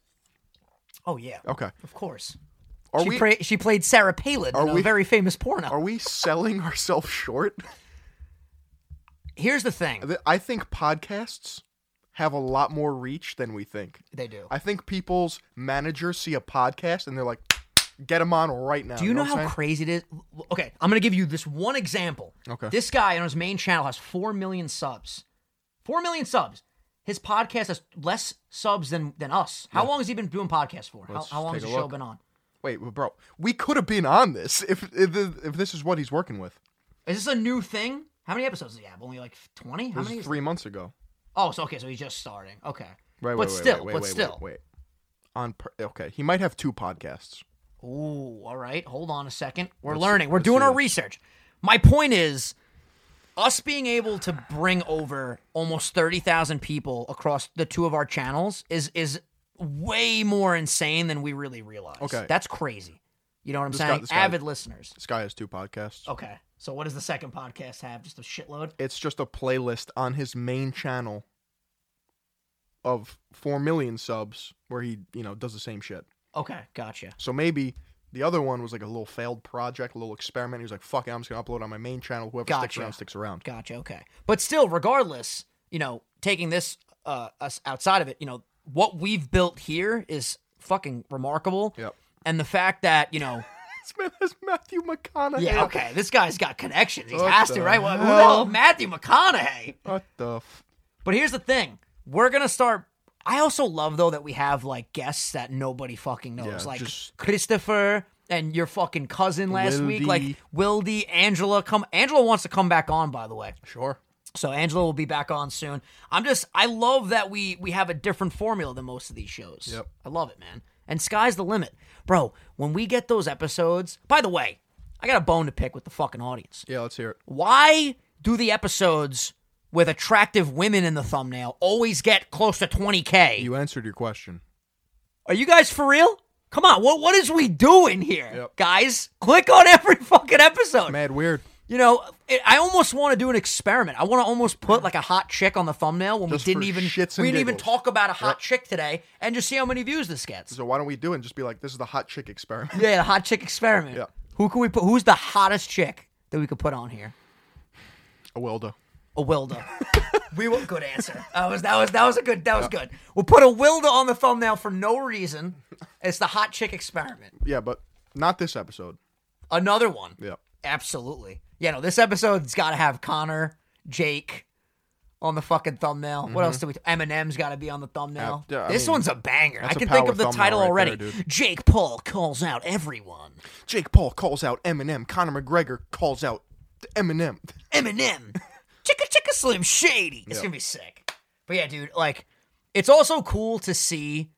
[SPEAKER 1] oh yeah,
[SPEAKER 2] Okay.
[SPEAKER 1] of course.
[SPEAKER 2] Are
[SPEAKER 1] she,
[SPEAKER 2] we
[SPEAKER 1] pra- she played Sarah Palin in a
[SPEAKER 2] we-
[SPEAKER 1] very famous porno.
[SPEAKER 2] are we selling ourselves short?
[SPEAKER 1] Here's the thing:
[SPEAKER 2] Th- I think podcasts have a lot more reach than we think.
[SPEAKER 1] they do.
[SPEAKER 2] I think people's managers see a podcast and they're like, "Get him on right now."
[SPEAKER 1] do you know,
[SPEAKER 2] what I'm
[SPEAKER 1] how
[SPEAKER 2] saying?
[SPEAKER 1] crazy it is? Okay, I'm gonna give you this one example.
[SPEAKER 2] Okay.
[SPEAKER 1] This guy on his main channel has four million subs. Four million subs. His podcast has less subs than than us. How long has he been doing podcasts for? How,
[SPEAKER 2] Let's
[SPEAKER 1] how long has
[SPEAKER 2] take
[SPEAKER 1] the
[SPEAKER 2] a
[SPEAKER 1] show
[SPEAKER 2] look.
[SPEAKER 1] been on?
[SPEAKER 2] Wait, well, bro, we could have been on this if, if if this is what he's working with.
[SPEAKER 1] Is this a new thing? How many episodes does he have? Only like twenty? How
[SPEAKER 2] This
[SPEAKER 1] many?
[SPEAKER 2] is
[SPEAKER 1] is-
[SPEAKER 2] three months ago.
[SPEAKER 1] Oh, so okay, so he's just starting. Okay.
[SPEAKER 2] Right,
[SPEAKER 1] but
[SPEAKER 2] wait, wait,
[SPEAKER 1] still,
[SPEAKER 2] wait, wait,
[SPEAKER 1] but
[SPEAKER 2] wait,
[SPEAKER 1] still,
[SPEAKER 2] wait, wait. on. Per- okay, he might have two podcasts.
[SPEAKER 1] Ooh, all right. Hold on a second. We're learning. We're doing
[SPEAKER 2] see
[SPEAKER 1] our
[SPEAKER 2] this.
[SPEAKER 1] research. My point is, us being able to bring over almost thirty thousand people across the two of our channels is is way more insane than we really realize.
[SPEAKER 2] Okay.
[SPEAKER 1] that's crazy. You know what I'm
[SPEAKER 2] guy-
[SPEAKER 1] saying?
[SPEAKER 2] this guy-
[SPEAKER 1] Avid listeners.
[SPEAKER 2] This guy has two podcasts.
[SPEAKER 1] Okay. So what does the second podcast have? Just a shitload.
[SPEAKER 2] It's just a playlist on his main channel of four million subs, where he you know does the same shit.
[SPEAKER 1] Okay, gotcha.
[SPEAKER 2] So maybe the other one was like a little failed project, a little experiment. He was like, "Fuck it, I'm just gonna upload on my main channel. Whoever sticks
[SPEAKER 1] Gotcha.
[SPEAKER 2] around sticks around."
[SPEAKER 1] Gotcha. Okay. But still, regardless, you know, taking this uh, us outside of it, you know, what we've built here is fucking remarkable.
[SPEAKER 2] Yep.
[SPEAKER 1] And the fact that you know,
[SPEAKER 2] This man has Matthew McConaughey.
[SPEAKER 1] yeah, okay, this guy's got connections. He
[SPEAKER 2] What
[SPEAKER 1] has to,
[SPEAKER 2] the
[SPEAKER 1] right? Well, who the
[SPEAKER 2] hell?
[SPEAKER 1] hell- Matthew McConaughey.
[SPEAKER 2] What the? F-
[SPEAKER 1] But here's the thing: we're gonna start. I also love though that we have like guests that nobody fucking knows,
[SPEAKER 2] Yeah,
[SPEAKER 1] like
[SPEAKER 2] just-
[SPEAKER 1] Christopher and your fucking cousin last week,
[SPEAKER 2] Wildy.
[SPEAKER 1] like Wildy, Angela. Come, Angela wants to come back on, by the way.
[SPEAKER 2] sure.
[SPEAKER 1] So Angela will be back on soon. I'm just I love that we we have a different formula than most of these shows.
[SPEAKER 2] Yep.
[SPEAKER 1] I love it, man. And sky's the limit. Bro, when we get those episodes, by the way, I got a bone to pick with the fucking audience.
[SPEAKER 2] Yeah, let's hear it.
[SPEAKER 1] Why do the episodes with attractive women in the thumbnail always get close to 20k?
[SPEAKER 2] You answered your question.
[SPEAKER 1] Are you guys for real? Come on, what what is we doing here?
[SPEAKER 2] Yep.
[SPEAKER 1] Guys, click on every fucking episode.
[SPEAKER 2] Mad weird.
[SPEAKER 1] You know, it, I almost want to do an experiment. I want to almost put like a hot chick on the thumbnail when
[SPEAKER 2] Just
[SPEAKER 1] we didn't
[SPEAKER 2] for
[SPEAKER 1] even
[SPEAKER 2] shits and
[SPEAKER 1] we didn't even
[SPEAKER 2] giggles.
[SPEAKER 1] talk about a hot chick today, and just see how many views this gets.
[SPEAKER 2] So why don't we do it and just be like, "This is the hot chick experiment."
[SPEAKER 1] Yeah, the hot chick experiment.
[SPEAKER 2] Yeah.
[SPEAKER 1] Who can we put? Who's the hottest chick that we could put on here?
[SPEAKER 2] A Wilda.
[SPEAKER 1] A Wilda. we will. Good answer. That was that was that was a good that was good. We'll put a Wilda on the thumbnail for no reason. It's the hot chick experiment.
[SPEAKER 2] Yeah, but not this episode.
[SPEAKER 1] Another one.
[SPEAKER 2] Yeah.
[SPEAKER 1] Absolutely. Yeah, no, this episode's got to have Connor, Jake on the fucking thumbnail. What else do we? Eminem's got to be on the thumbnail.
[SPEAKER 2] Mm-hmm. Yeah, I
[SPEAKER 1] this
[SPEAKER 2] mean,
[SPEAKER 1] one's a banger. I
[SPEAKER 2] that's a
[SPEAKER 1] can think
[SPEAKER 2] power
[SPEAKER 1] of the
[SPEAKER 2] thumbnail
[SPEAKER 1] title
[SPEAKER 2] right there,
[SPEAKER 1] already.
[SPEAKER 2] dude.
[SPEAKER 1] Jake Paul calls out everyone.
[SPEAKER 2] Jake Paul calls out Eminem. Conor McGregor calls out Eminem.
[SPEAKER 1] Eminem. Chicka chicka slim shady. It's
[SPEAKER 2] Yeah.
[SPEAKER 1] going to be sick. But yeah, dude, like it's also cool to see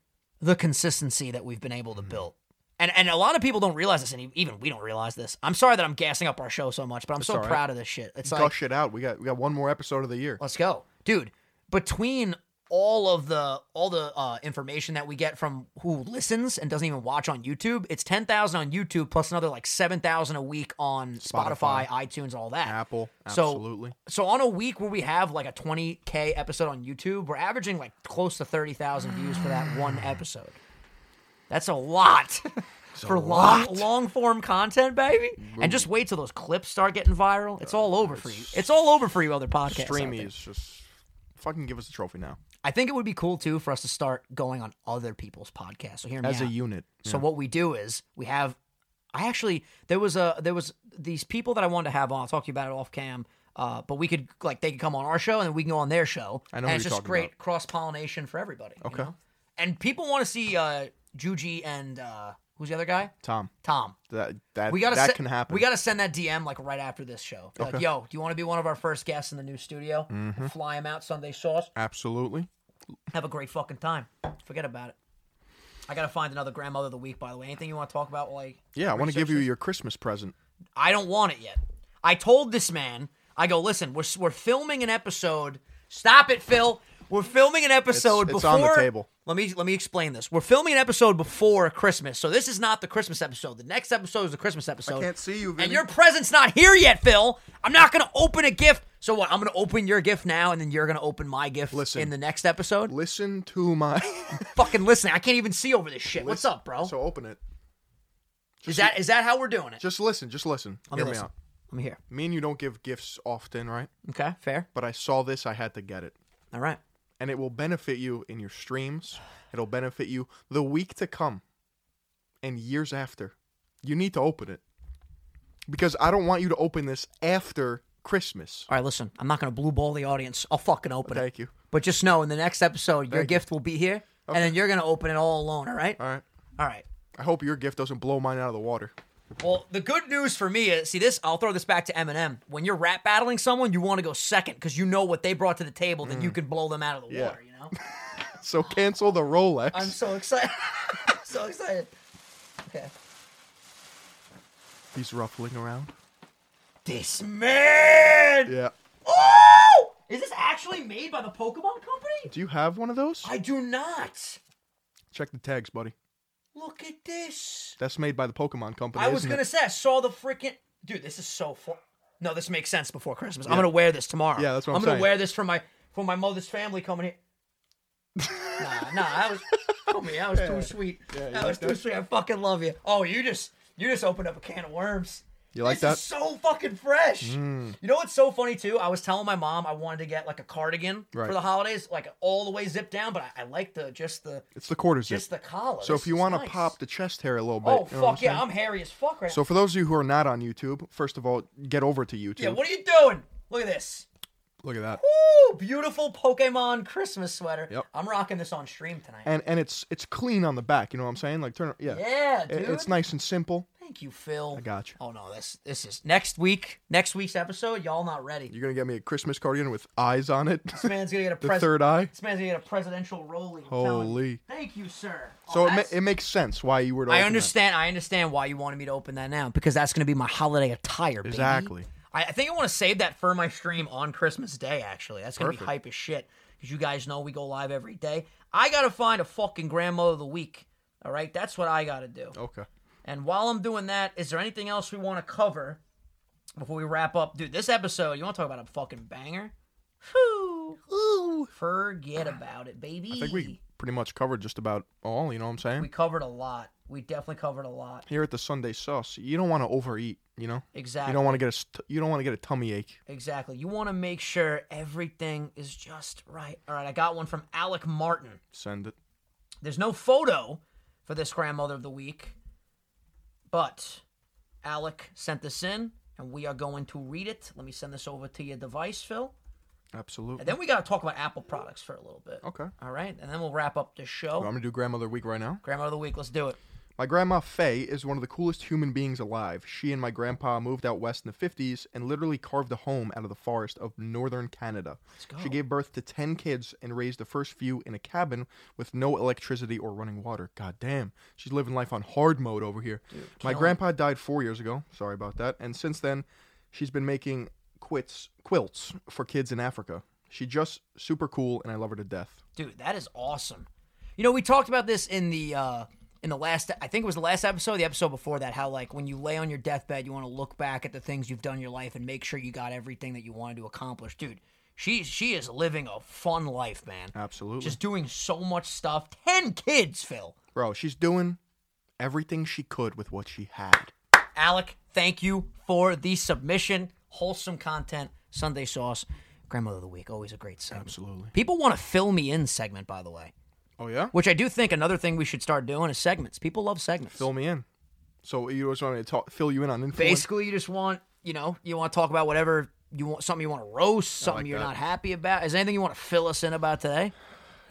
[SPEAKER 1] the consistency that we've been able
[SPEAKER 2] Mm-hmm.
[SPEAKER 1] to build. And, and a lot of people don't realize this, and e- even we don't realize this. I'm sorry that I'm gassing up our show so much, but I'm so
[SPEAKER 2] all right.
[SPEAKER 1] proud of this shit. It's like
[SPEAKER 2] Gush it out. We got we got one more episode of the year.
[SPEAKER 1] Let's go, dude. Between all of the all the uh, information that we get from who listens and doesn't even watch on YouTube, it's ten thousand on YouTube plus another like seven thousand a week on Spotify,
[SPEAKER 2] Spotify.
[SPEAKER 1] iTunes, all that.
[SPEAKER 2] Apple.
[SPEAKER 1] So-
[SPEAKER 2] Absolutely.
[SPEAKER 1] So on a week where we have like a twenty k episode on YouTube, we're averaging like close to thirty thousand views for that one episode. That's a lot. For long, long form content, baby, and just wait till those clips start getting viral. It's all over for you. It's all over for you, other podcasts. out
[SPEAKER 2] Streamy
[SPEAKER 1] there.
[SPEAKER 2] is just fucking give us a trophy now
[SPEAKER 1] I think it would be cool too for us to start going on other people's podcasts. So hear me
[SPEAKER 2] as a
[SPEAKER 1] out.
[SPEAKER 2] unit.
[SPEAKER 1] So what we do is we have. I actually there was a there was these people that I wanted to have on. I'll talk to you about it off cam. Uh, but we could like they could come on our show and then we can go on their show.
[SPEAKER 2] I
[SPEAKER 1] And
[SPEAKER 2] know who
[SPEAKER 1] it's
[SPEAKER 2] you're
[SPEAKER 1] just
[SPEAKER 2] talking
[SPEAKER 1] great
[SPEAKER 2] about.
[SPEAKER 1] cross pollination for everybody. you
[SPEAKER 2] Okay.
[SPEAKER 1] know? And people want to see uh, Juji and uh, who's the other guy?
[SPEAKER 2] Tom,
[SPEAKER 1] Tom.
[SPEAKER 2] that that
[SPEAKER 1] We gotta
[SPEAKER 2] that
[SPEAKER 1] se-
[SPEAKER 2] can happen.
[SPEAKER 1] We gotta send that DM like right after this show. Be Like, yo, do you want to be one of our first guests in the new studio?
[SPEAKER 2] Mm-hmm.
[SPEAKER 1] Fly him out Sunday sauce
[SPEAKER 2] absolutely.
[SPEAKER 1] have a great fucking time. Forget about it. I gotta find another grandmother of the week. By the way, anything you want to talk about? Like,
[SPEAKER 2] Yeah, I want to give you your Christmas present.
[SPEAKER 1] I don't want it yet. I told this man, I go, listen, we're we're filming an episode. Stop it, Phil. We're filming an episode
[SPEAKER 2] it's
[SPEAKER 1] before.
[SPEAKER 2] on the table.
[SPEAKER 1] Let me let me explain this. We're filming an episode before Christmas, so this is not the Christmas episode. The next episode is the Christmas episode.
[SPEAKER 2] can't see you,
[SPEAKER 1] and
[SPEAKER 2] Vinny.
[SPEAKER 1] your present's not here yet, Phil. I'm not gonna open a gift. So what? I'm gonna open your gift now, and then you're gonna open my gift
[SPEAKER 2] Listen.
[SPEAKER 1] in the next episode.
[SPEAKER 2] Listen to my.
[SPEAKER 1] fucking listening. I can't even see over this shit. What's up, bro?
[SPEAKER 2] So open it.
[SPEAKER 1] is that is that how we're doing it?
[SPEAKER 2] Just listen. Just listen.
[SPEAKER 1] Let me
[SPEAKER 2] Hear
[SPEAKER 1] listen.
[SPEAKER 2] me out.
[SPEAKER 1] I'm here.
[SPEAKER 2] Me and you don't give gifts often, right?
[SPEAKER 1] Okay, fair.
[SPEAKER 2] But I saw this. I had to get it.
[SPEAKER 1] All right.
[SPEAKER 2] and it will benefit you in your streams. It'll benefit you the week to come and years after. You need to open it because I don't want you to open this after Christmas.
[SPEAKER 1] All right, listen. I'm not gonna blue ball the audience. I'll fucking open it.
[SPEAKER 2] Thank you.
[SPEAKER 1] But just know, in the next episode, your
[SPEAKER 2] Thank you.
[SPEAKER 1] gift will be here, and then you're gonna open it all alone. All right.
[SPEAKER 2] All right.
[SPEAKER 1] All right.
[SPEAKER 2] I hope your gift doesn't blow mine out of the water.
[SPEAKER 1] Well, the good news for me is, see this. I'll throw this back to Eminem. When you're rap battling someone, you want to go second because you know what they brought to the table. Then you can blow them out of the
[SPEAKER 2] Mm. Yeah.
[SPEAKER 1] water. You know.
[SPEAKER 2] So cancel the Rolex.
[SPEAKER 1] I'm so excited. I'm so excited. Okay.
[SPEAKER 2] He's ruffling around.
[SPEAKER 1] This man.
[SPEAKER 2] Yeah.
[SPEAKER 1] Oh! Is this actually made by the Pokemon Company?
[SPEAKER 2] Do you have one of those?
[SPEAKER 1] I do not.
[SPEAKER 2] Check the tags, buddy.
[SPEAKER 1] Look at this.
[SPEAKER 2] That's made by the Pokemon Company.
[SPEAKER 1] I was
[SPEAKER 2] isn't
[SPEAKER 1] gonna
[SPEAKER 2] it?
[SPEAKER 1] say I saw the freaking dude. This is so fun. No, this makes sense before Christmas. I'm gonna wear this tomorrow.
[SPEAKER 2] Yeah, that's what I'm
[SPEAKER 1] gonna
[SPEAKER 2] saying.
[SPEAKER 1] wear this for my for my mother's family coming here. nah, nah, I was homie, I was too sweet.
[SPEAKER 2] you
[SPEAKER 1] I was
[SPEAKER 2] like
[SPEAKER 1] too sweet. I fucking love you. Oh, you just you just opened up a can of worms.
[SPEAKER 2] You like
[SPEAKER 1] this
[SPEAKER 2] that? Mm.
[SPEAKER 1] is so fucking fresh. You know what's so funny too? I was telling my mom I wanted to get like a cardigan
[SPEAKER 2] Right.
[SPEAKER 1] for the holidays, like all the way zipped down, but I, I like the just the
[SPEAKER 2] It's the quarter zip.
[SPEAKER 1] just the collar.
[SPEAKER 2] so
[SPEAKER 1] This
[SPEAKER 2] if you
[SPEAKER 1] is
[SPEAKER 2] want to
[SPEAKER 1] nice.
[SPEAKER 2] pop the chest hair a little bit.
[SPEAKER 1] Oh
[SPEAKER 2] you know what
[SPEAKER 1] fuck yeah,
[SPEAKER 2] saying?
[SPEAKER 1] I'm hairy as fuck right now.
[SPEAKER 2] So for those of you who are not on YouTube, first of all, get over to YouTube.
[SPEAKER 1] Yeah, what are you doing? Look at this.
[SPEAKER 2] Look at that.
[SPEAKER 1] Woo! Beautiful Pokemon Christmas sweater.
[SPEAKER 2] Yep.
[SPEAKER 1] I'm rocking this on stream tonight.
[SPEAKER 2] And and it's it's clean on the back. You know what I'm saying? Like turn. it- Yeah.
[SPEAKER 1] yeah, dude.
[SPEAKER 2] It- it's nice and simple.
[SPEAKER 1] Thank you, Phil. I
[SPEAKER 2] got you.
[SPEAKER 1] Oh no, this this is next week. Next week's episode, y'all not ready.
[SPEAKER 2] You're gonna get me a Christmas cardigan with eyes on it.
[SPEAKER 1] This man's gonna get a
[SPEAKER 2] the
[SPEAKER 1] pres-
[SPEAKER 2] third eye.
[SPEAKER 1] This man's gonna get a presidential rolling. I'm telling you.
[SPEAKER 2] Holy.
[SPEAKER 1] Thank you, sir. Oh,
[SPEAKER 2] So it, ma-
[SPEAKER 1] that's-
[SPEAKER 2] it makes sense why you were. To
[SPEAKER 1] I
[SPEAKER 2] open that.
[SPEAKER 1] understand. I understand why you wanted me to open that now because that's gonna be my holiday attire. baby.
[SPEAKER 2] Exactly.
[SPEAKER 1] I, I think I want to save that for my stream on Christmas Day. Actually, that's gonna be
[SPEAKER 2] Perfect.
[SPEAKER 1] hype as shit because you guys know we go live every day. I gotta find a fucking grandmother of the week. All right, that's what I gotta do.
[SPEAKER 2] Okay.
[SPEAKER 1] And while I'm doing that, is there anything else we want to cover before we wrap up, dude? This episode, you want to talk about a fucking banger? Whew. Forget about it, baby.
[SPEAKER 2] I think we pretty much covered just about all. You know what I'm saying?
[SPEAKER 1] we covered a lot. We definitely covered a lot.
[SPEAKER 2] Here at the Sunday Sauce, you don't want to overeat. You know.
[SPEAKER 1] Exactly.
[SPEAKER 2] You don't want to get a st- you don't want to get a tummy ache.
[SPEAKER 1] Exactly. You want to make sure everything is just right. All right, I got one from Alec Martin.
[SPEAKER 2] Send it.
[SPEAKER 1] There's no photo for this grandmother of the week, but Alec sent this in, and we are going to read it. Let me send this over to your device, Phil.
[SPEAKER 2] Absolutely.
[SPEAKER 1] And then we got to talk about Apple products for a little bit.
[SPEAKER 2] Okay.
[SPEAKER 1] All right, and then we'll wrap up this
[SPEAKER 2] I'm
[SPEAKER 1] show.
[SPEAKER 2] gonna do Grandmother Week right now.
[SPEAKER 1] Grandmother of the week, let's do it.
[SPEAKER 2] My grandma Faye is one of the coolest human beings alive. She and my grandpa moved out west in the 50s and literally carved a home out of the forest of northern Canada. She gave birth to 10 kids and raised the first few in a cabin with no electricity or running water. God damn. She's living life on hard mode over here. my grandpa died 4 years ago. Sorry about that. And since then, she's been making quits quilts for kids in Africa. She just super cool and I love her to death.
[SPEAKER 1] Dude, that is awesome. You know, we talked about this in the uh in the last I think it was the last episode, the episode before that, how like when you lay on your deathbed, you want to look back at the things you've done in your life and make sure you got everything that you wanted to accomplish. Dude, she she is living a fun life, man.
[SPEAKER 2] Absolutely.
[SPEAKER 1] Just doing so much stuff. 10 kids, Phil.
[SPEAKER 2] Bro, she's doing everything she could with what she had.
[SPEAKER 1] Alec, thank you for the submission. Wholesome content, Sunday sauce, grandmother of the week, always a great segment.
[SPEAKER 2] Absolutely.
[SPEAKER 1] People want to fill me in segment, by the way,
[SPEAKER 2] Oh yeah.
[SPEAKER 1] which I do think another thing we should start doing is segments. People love segments.
[SPEAKER 2] Fill me in. So you just want me to talk, fill you in on influence?
[SPEAKER 1] Basically, you just want you know you want to talk about whatever you want, something you want to roast, something you're
[SPEAKER 2] that.
[SPEAKER 1] not happy about. Is there anything you want to fill us in about today?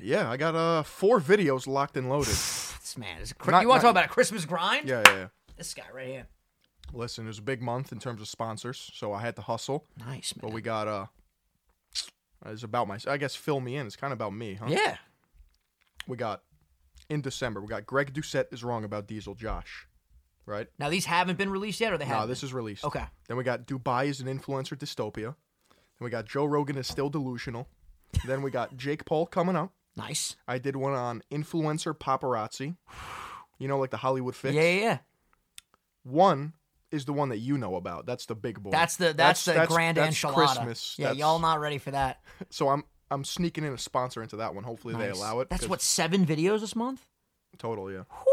[SPEAKER 2] Yeah, I got uh four videos locked and loaded.
[SPEAKER 1] This man is.
[SPEAKER 2] Not-
[SPEAKER 1] you want to
[SPEAKER 2] not-
[SPEAKER 1] talk about a Christmas grind?
[SPEAKER 2] yeah, yeah, yeah.
[SPEAKER 1] This guy right here.
[SPEAKER 2] Listen, it was a big month in terms of sponsors, so I had to hustle.
[SPEAKER 1] Nice man.
[SPEAKER 2] But we got uh, it's about my. I guess fill me in. It's kind of about me, huh?
[SPEAKER 1] yeah.
[SPEAKER 2] We got in December. We got Greg Doucette is wrong about Diesel Josh, right?
[SPEAKER 1] Now these haven't been released yet, or they have?
[SPEAKER 2] No, this is released.
[SPEAKER 1] Okay.
[SPEAKER 2] Then we got Dubai is an influencer dystopia. Then we got Joe Rogan is still delusional. then we got Jake Paul coming up.
[SPEAKER 1] nice.
[SPEAKER 2] I did one on influencer paparazzi. You know, like the Hollywood fix.
[SPEAKER 1] Yeah, yeah, yeah.
[SPEAKER 2] One is the one that you know about. That's the big boy.
[SPEAKER 1] That's the that's, the grand
[SPEAKER 2] that's
[SPEAKER 1] enchilada.
[SPEAKER 2] Christmas.
[SPEAKER 1] Yeah,
[SPEAKER 2] That's-
[SPEAKER 1] y'all not ready for that.
[SPEAKER 2] So I'm I'm sneaking in a sponsor into that one. Hopefully they
[SPEAKER 1] Nice.
[SPEAKER 2] allow it.
[SPEAKER 1] That's
[SPEAKER 2] 'cause-
[SPEAKER 1] what seven videos this month.
[SPEAKER 2] total. Yeah.
[SPEAKER 1] Woo!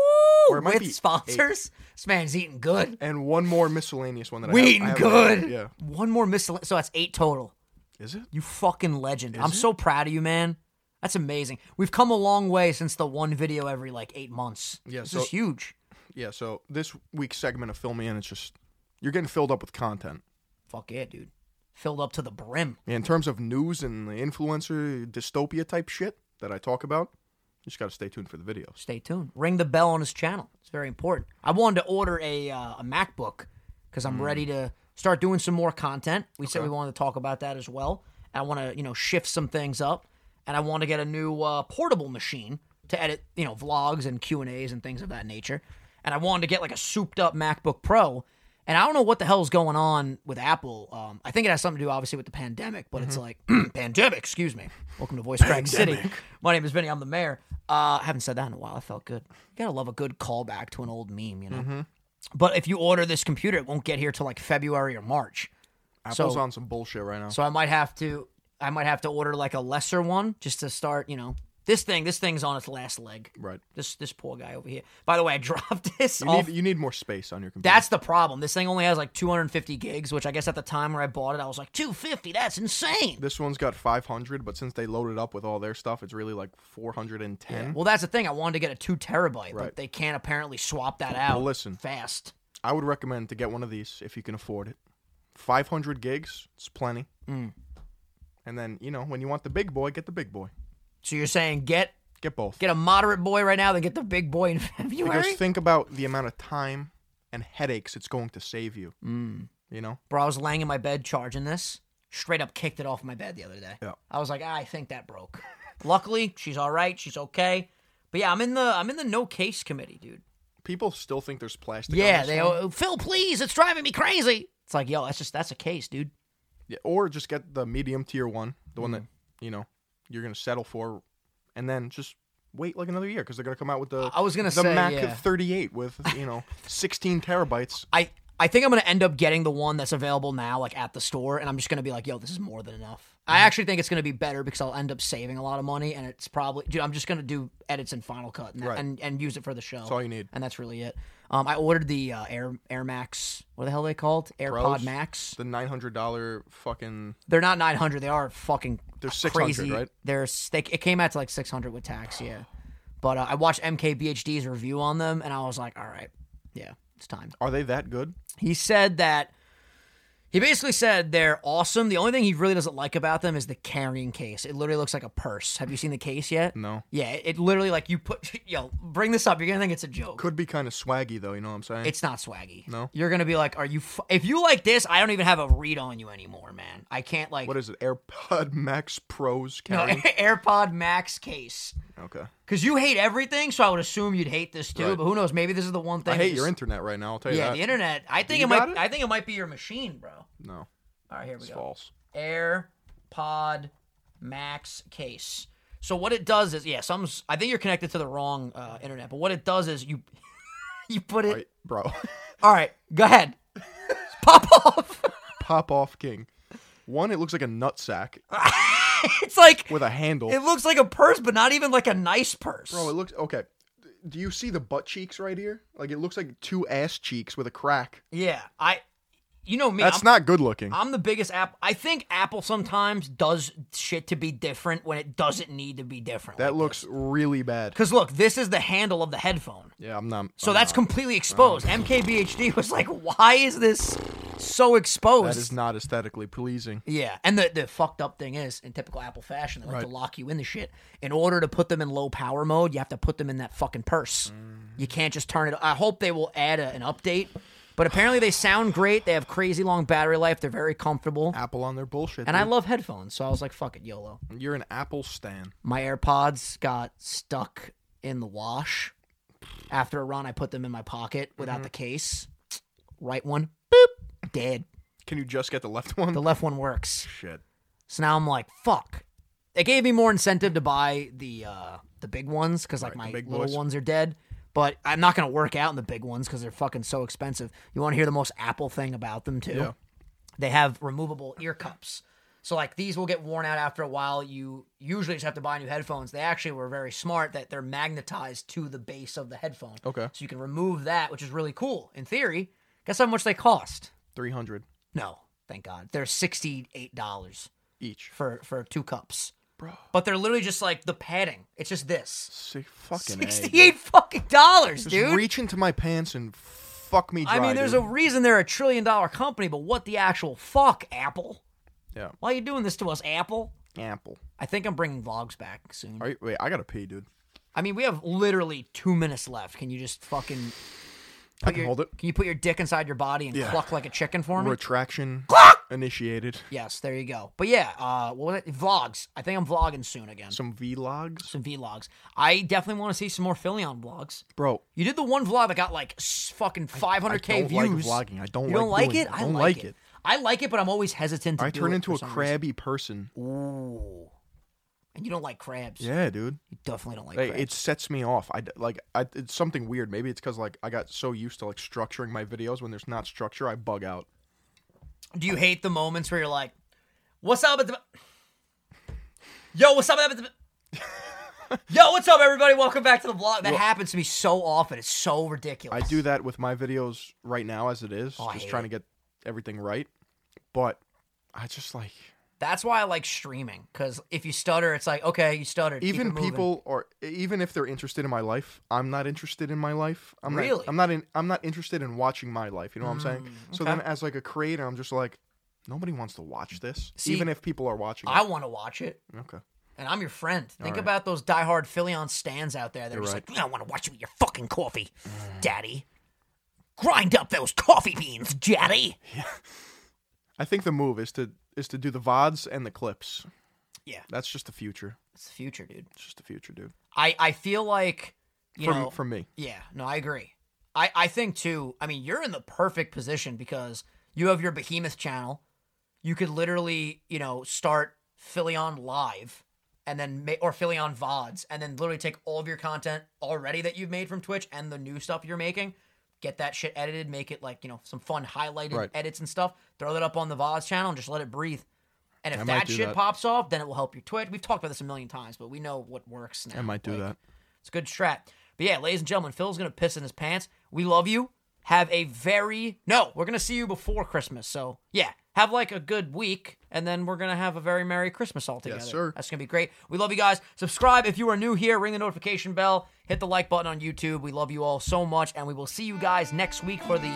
[SPEAKER 2] Or it might
[SPEAKER 1] With
[SPEAKER 2] be eight.
[SPEAKER 1] sponsors, this man's eating good.
[SPEAKER 2] And one more miscellaneous one that
[SPEAKER 1] We
[SPEAKER 2] I
[SPEAKER 1] eating
[SPEAKER 2] have, I haven't-
[SPEAKER 1] good.
[SPEAKER 2] Yeah.
[SPEAKER 1] One more miscellaneous. So that's eight total.
[SPEAKER 2] Is it?
[SPEAKER 1] You fucking legend. I'm
[SPEAKER 2] it?
[SPEAKER 1] so proud of you, man. That's amazing. We've come a long way since the one video every like eight months.
[SPEAKER 2] Yeah,
[SPEAKER 1] this
[SPEAKER 2] so-
[SPEAKER 1] is huge.
[SPEAKER 2] Yeah. So this week's segment of fill me in, it's just you're getting filled up with content.
[SPEAKER 1] Fuck yeah, dude. Filled up to the brim.
[SPEAKER 2] In terms of news and the influencer dystopia type shit that I talk about, you just got to stay tuned for the videos.
[SPEAKER 1] Stay tuned. Ring the bell on his channel. It's very important. I wanted to order a uh, a MacBook because I'm
[SPEAKER 2] Hmm.
[SPEAKER 1] ready to start doing some more content. We said we wanted to talk about that as well. I want to you know shift some things up. and I want to get a new uh, portable machine to edit, you know, vlogs and Q and A's and things of that nature. And I wanted to get like a souped up MacBook Pro. And I don't know what the hell's going on with Apple. Um, I think it has something to do, obviously, with the pandemic. But it's like
[SPEAKER 2] Mm-hmm.
[SPEAKER 1] pandemic. Excuse me. Welcome to Voice Crack City. My name is Vinny. I'm the mayor. Uh, I haven't said that in a while. I felt good. You gotta love a good callback to an old meme, you know.
[SPEAKER 2] Mm-hmm.
[SPEAKER 1] But if you order this computer, it won't get here till like February or March.
[SPEAKER 2] Apple's
[SPEAKER 1] so-
[SPEAKER 2] on some bullshit right now.
[SPEAKER 1] So I might have to I might have to order like a lesser one just to start, you know. This thing, this thing's on its last leg.
[SPEAKER 2] right.
[SPEAKER 1] This this poor guy over here. By the way, I dropped this
[SPEAKER 2] You
[SPEAKER 1] off.
[SPEAKER 2] need, you need more space on your computer.
[SPEAKER 1] That's the problem. This thing only has like 250 gigs, which I guess at the time where I bought it, I was like 250. That's insane.
[SPEAKER 2] this one's got 500, but since they loaded up with all their stuff, it's really like 410.
[SPEAKER 1] Well, that's the thing. I wanted to get a two terabyte, but
[SPEAKER 2] Right.
[SPEAKER 1] they can't apparently swap that out.
[SPEAKER 2] listen.
[SPEAKER 1] fast.
[SPEAKER 2] I would recommend to get one of these if you can afford it. 500 gigs, it's plenty.
[SPEAKER 1] Mm.
[SPEAKER 2] And then, you know, when you want the big boy, get the big boy.
[SPEAKER 1] So you're saying get
[SPEAKER 2] Get both.
[SPEAKER 1] get a moderate boy right now, then get the big boy in February.
[SPEAKER 2] because think about the amount of time and headaches it's going to save you.
[SPEAKER 1] Mm.
[SPEAKER 2] You know?
[SPEAKER 1] bro, I was laying in my bed charging this. Straight up kicked it off my bed the other day.
[SPEAKER 2] Yeah.
[SPEAKER 1] I was like, "Ah, I think that broke. Luckily, she's all right. She's okay. But yeah, I'm in the I'm in the no case committee, dude.
[SPEAKER 2] People still think there's plastic. on
[SPEAKER 1] Yeah,
[SPEAKER 2] this
[SPEAKER 1] they
[SPEAKER 2] one.
[SPEAKER 1] oh, Phil, please, it's driving me crazy. It's like, yo, that's just that's a case, dude.
[SPEAKER 2] Yeah, or just get the medium tier one, the one that
[SPEAKER 1] Mm-hmm.
[SPEAKER 2] you know you're gonna settle for, and then just wait like another year because they're gonna come out with the
[SPEAKER 1] I was gonna
[SPEAKER 2] the
[SPEAKER 1] say,
[SPEAKER 2] Mac
[SPEAKER 1] yeah.
[SPEAKER 2] 38 with you know 16 terabytes.
[SPEAKER 1] I I think I'm gonna end up getting the one that's available now, like at the store, and I'm just gonna be like, yo, this is more than enough. I
[SPEAKER 2] Mm-hmm.
[SPEAKER 1] actually think it's gonna be better because I'll end up saving a lot of money, and it's probably, dude, I'm just gonna do edits in Final Cut and,
[SPEAKER 2] Right.
[SPEAKER 1] and, and use it for the show. That's
[SPEAKER 2] all you need.
[SPEAKER 1] and that's really it. Um, I ordered the uh, Air Air Max, what the hell are they called? AirPod
[SPEAKER 2] Pros?
[SPEAKER 1] Max.
[SPEAKER 2] The 900 dollar fucking
[SPEAKER 1] They're not 900. They are fucking.
[SPEAKER 2] They're 600,
[SPEAKER 1] crazy.
[SPEAKER 2] right?
[SPEAKER 1] They're s- they, it came out to like 600 with tax, yeah. But uh, I watched MKBHD's review on them, and I was like, all right, yeah, it's time.
[SPEAKER 2] are they that good?
[SPEAKER 1] He said that he basically said they're awesome. The only thing he really doesn't like about them is the carrying case. It literally looks like a purse. Have you seen the case yet?
[SPEAKER 2] No.
[SPEAKER 1] Yeah, it, it literally like you put yo bring this up. You're gonna think it's a joke.
[SPEAKER 2] Could be kind of swaggy though. You know what I'm saying?
[SPEAKER 1] it's not swaggy.
[SPEAKER 2] No?
[SPEAKER 1] You're gonna be like, are you? F- if you like this, I don't even have a read on you anymore, man. I can't like
[SPEAKER 2] what is it? AirPod Max Pros
[SPEAKER 1] no,
[SPEAKER 2] carrying?
[SPEAKER 1] AirPod Max case.
[SPEAKER 2] okay.
[SPEAKER 1] Because you hate everything, so I would assume you'd hate this too.
[SPEAKER 2] Right.
[SPEAKER 1] But who knows? Maybe this is the one thing.
[SPEAKER 2] I
[SPEAKER 1] that
[SPEAKER 2] hate your
[SPEAKER 1] just-
[SPEAKER 2] internet right now. I'll tell you
[SPEAKER 1] Yeah,
[SPEAKER 2] that.
[SPEAKER 1] the internet. I think
[SPEAKER 2] You
[SPEAKER 1] it might.
[SPEAKER 2] got it?
[SPEAKER 1] I think it might be your machine, bro.
[SPEAKER 2] no,
[SPEAKER 1] All right, here we
[SPEAKER 2] it's
[SPEAKER 1] go.
[SPEAKER 2] false.
[SPEAKER 1] AirPod Max case. So what it does is, yeah, some. I think you're connected to the wrong uh, internet, but what it does is you, you put it.
[SPEAKER 2] Right, bro.
[SPEAKER 1] All right, go ahead. Pop off.
[SPEAKER 2] Pop off king. One, it looks like a nut sack
[SPEAKER 1] It's like
[SPEAKER 2] with a handle.
[SPEAKER 1] it looks like a purse, but not even like a nice purse.
[SPEAKER 2] Bro, it looks okay. Do you see the butt cheeks right here? Like it looks like two ass cheeks with a crack.
[SPEAKER 1] yeah, I. You know me.
[SPEAKER 2] That's
[SPEAKER 1] I'm,
[SPEAKER 2] not good looking.
[SPEAKER 1] I'm the biggest app. I think Apple sometimes does shit to be different when it doesn't need to be different.
[SPEAKER 2] that looks really bad.
[SPEAKER 1] Because look, this is the handle of the headphone.
[SPEAKER 2] Yeah, I'm not.
[SPEAKER 1] So
[SPEAKER 2] I'm
[SPEAKER 1] that's
[SPEAKER 2] not.
[SPEAKER 1] completely exposed. MKBHD was like, why is this so exposed?
[SPEAKER 2] that is not aesthetically pleasing.
[SPEAKER 1] yeah, and the, the fucked up thing is, in typical Apple fashion, they like to
[SPEAKER 2] Right.
[SPEAKER 1] lock you in the shit. In order to put them in low power mode, you have to put them in that fucking purse.
[SPEAKER 2] Mm.
[SPEAKER 1] You can't just turn it. I hope they will add a, an update, but apparently they sound great. They have crazy long battery life. They're very comfortable,
[SPEAKER 2] Apple on their bullshit.
[SPEAKER 1] and I
[SPEAKER 2] dude.
[SPEAKER 1] love headphones. So I was like, fuck it, YOLO.
[SPEAKER 2] you're an Apple stan.
[SPEAKER 1] my AirPods got stuck in the wash. After a run, I put them in my pocket without the case. Right one, boop, dead.
[SPEAKER 2] Can you just get the left one?
[SPEAKER 1] The left one works.
[SPEAKER 2] Shit.
[SPEAKER 1] So now I'm like, fuck. It gave me more incentive to buy the uh, the big ones because like
[SPEAKER 2] Right, the
[SPEAKER 1] my
[SPEAKER 2] big
[SPEAKER 1] little
[SPEAKER 2] boys.
[SPEAKER 1] ones are dead. But I'm not gonna work out in the big ones because they're fucking so expensive. You want to hear the most Apple thing about them too?
[SPEAKER 2] Yeah.
[SPEAKER 1] They have removable ear cups. So like these will get worn out after a while. You usually just have to buy new headphones. They actually were very smart that they're magnetized to the base of the headphone.
[SPEAKER 2] Okay.
[SPEAKER 1] So you can remove that, which is really cool in theory. Guess how much they cost?
[SPEAKER 2] Three hundred
[SPEAKER 1] No, thank God. They're sixty eight dollars
[SPEAKER 2] each.
[SPEAKER 1] for for two cups.
[SPEAKER 2] Bro.
[SPEAKER 1] But they're literally just like the padding. It's just this.
[SPEAKER 2] Sick fucking A,
[SPEAKER 1] Sixty
[SPEAKER 2] dude.
[SPEAKER 1] eight fucking dollars,
[SPEAKER 2] Just
[SPEAKER 1] dude.
[SPEAKER 2] reach into my pants and fuck me dry.
[SPEAKER 1] I mean, there's
[SPEAKER 2] dude.
[SPEAKER 1] a reason they're a trillion dollar company, but what the actual fuck, Apple?
[SPEAKER 2] Yeah.
[SPEAKER 1] Why you doing this to us, Apple?
[SPEAKER 2] Apple.
[SPEAKER 1] I think I'm bringing vlogs back soon.
[SPEAKER 2] All right, wait, I gotta pee, dude.
[SPEAKER 1] I mean, we have literally two minutes left. Can you just fucking
[SPEAKER 2] I can hold it.
[SPEAKER 1] Can you put your dick inside your body and
[SPEAKER 2] Yeah.
[SPEAKER 1] cluck like a chicken for me?
[SPEAKER 2] Retraction. initiated.
[SPEAKER 1] Yes, there you go. But yeah, uh, what was it? vlogs. I think I'm vlogging soon again.
[SPEAKER 2] Some vlogs,
[SPEAKER 1] Some vlogs. I definitely want to see some more Philly on vlogs.
[SPEAKER 2] bro.
[SPEAKER 1] You did the one vlog that got like s- fucking 500k
[SPEAKER 2] I don't like
[SPEAKER 1] views.
[SPEAKER 2] vlogging. I don't
[SPEAKER 1] You don't
[SPEAKER 2] like
[SPEAKER 1] like
[SPEAKER 2] doing
[SPEAKER 1] it.
[SPEAKER 2] it.
[SPEAKER 1] I
[SPEAKER 2] I don't
[SPEAKER 1] like
[SPEAKER 2] like
[SPEAKER 1] it.
[SPEAKER 2] it.
[SPEAKER 1] I like it, but I'm always hesitant. to
[SPEAKER 2] I
[SPEAKER 1] do
[SPEAKER 2] turn
[SPEAKER 1] it
[SPEAKER 2] into
[SPEAKER 1] for
[SPEAKER 2] a
[SPEAKER 1] some
[SPEAKER 2] crabby person.
[SPEAKER 1] reason. Ooh. And you don't like crabs.
[SPEAKER 2] Yeah, dude.
[SPEAKER 1] You definitely don't like
[SPEAKER 2] Like,
[SPEAKER 1] crabs.
[SPEAKER 2] it sets me off. I d- like I, it's something weird. Maybe it's because like I got so used to like structuring my videos. When there's not structure, I bug out.
[SPEAKER 1] Do you hate the moments where you're like, "What's up?" At the... Yo, what's up? At the... Yo, what's up, everybody? Welcome back to the vlog. That happens to me so often. It's so
[SPEAKER 2] I
[SPEAKER 1] ridiculous.
[SPEAKER 2] do that with my videos right now as it is,
[SPEAKER 1] Oh, I
[SPEAKER 2] just
[SPEAKER 1] hate
[SPEAKER 2] trying to get everything right. But I just like
[SPEAKER 1] That's why I like streaming because if you stutter, it's like, okay, you stuttered. Keep it
[SPEAKER 2] even
[SPEAKER 1] moving.
[SPEAKER 2] people or even if they're interested in my life, I'm not interested in my life. I'm
[SPEAKER 1] Really? Mm,
[SPEAKER 2] not I'm not in I'm not interested in watching my life, you know what I'm saying? So
[SPEAKER 1] okay.
[SPEAKER 2] then as like a creator, I'm just like nobody wants to watch this
[SPEAKER 1] See,
[SPEAKER 2] even if people are watching.
[SPEAKER 1] I want to watch it,
[SPEAKER 2] it. Okay.
[SPEAKER 1] and I'm your friend. Think
[SPEAKER 2] right.
[SPEAKER 1] about those diehard Philly on stands out there. They're
[SPEAKER 2] You're
[SPEAKER 1] just
[SPEAKER 2] right.
[SPEAKER 1] like, I want to watch you eat your fucking coffee, daddy. Grind up those coffee beans, daddy.
[SPEAKER 2] I think the move is to is to do the vods and the clips.
[SPEAKER 1] Yeah.
[SPEAKER 2] That's just the future.
[SPEAKER 1] It's the future, dude.
[SPEAKER 2] It's just the future, dude.
[SPEAKER 1] I I feel like you
[SPEAKER 2] For,
[SPEAKER 1] know
[SPEAKER 2] for me.
[SPEAKER 1] Yeah, no, I agree. I, I think too, I mean, you're in the perfect position because you have your behemoth channel. You could literally, you know, start Philly on live and then ma- or Philly on VODs and then literally take all of your content already that you've made from Twitch and the new stuff you're making, get that shit edited, make it like, you know, some fun highlighted
[SPEAKER 2] Right.
[SPEAKER 1] edits and stuff, throw that up on the VODs channel and just let it breathe. And if
[SPEAKER 2] I might
[SPEAKER 1] that
[SPEAKER 2] do
[SPEAKER 1] shit
[SPEAKER 2] that.
[SPEAKER 1] pops off, then it will help your Twitch. We've talked about this a million times, but we know what works now.
[SPEAKER 2] I might do
[SPEAKER 1] Like,
[SPEAKER 2] that.
[SPEAKER 1] it's a good strat. But yeah, ladies and gentlemen, Phil's gonna piss in his pants. We love you. Have a very no. We're gonna see you before Christmas. So yeah, have like a good week, and then we're gonna have a very merry Christmas all together.
[SPEAKER 2] sir.
[SPEAKER 1] That's gonna be great. We love you guys. Subscribe if you are new here. Ring the notification bell. Hit the like button on YouTube. We love you all so much, and we will see you guys next week for the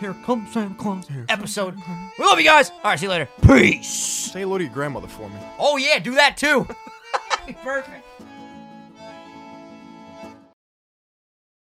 [SPEAKER 1] Here Comes Santa Claus episode. We love you guys. All right, see you later. Peace.
[SPEAKER 2] Say hello to your grandmother for me.
[SPEAKER 1] Oh yeah, do that too. Perfect.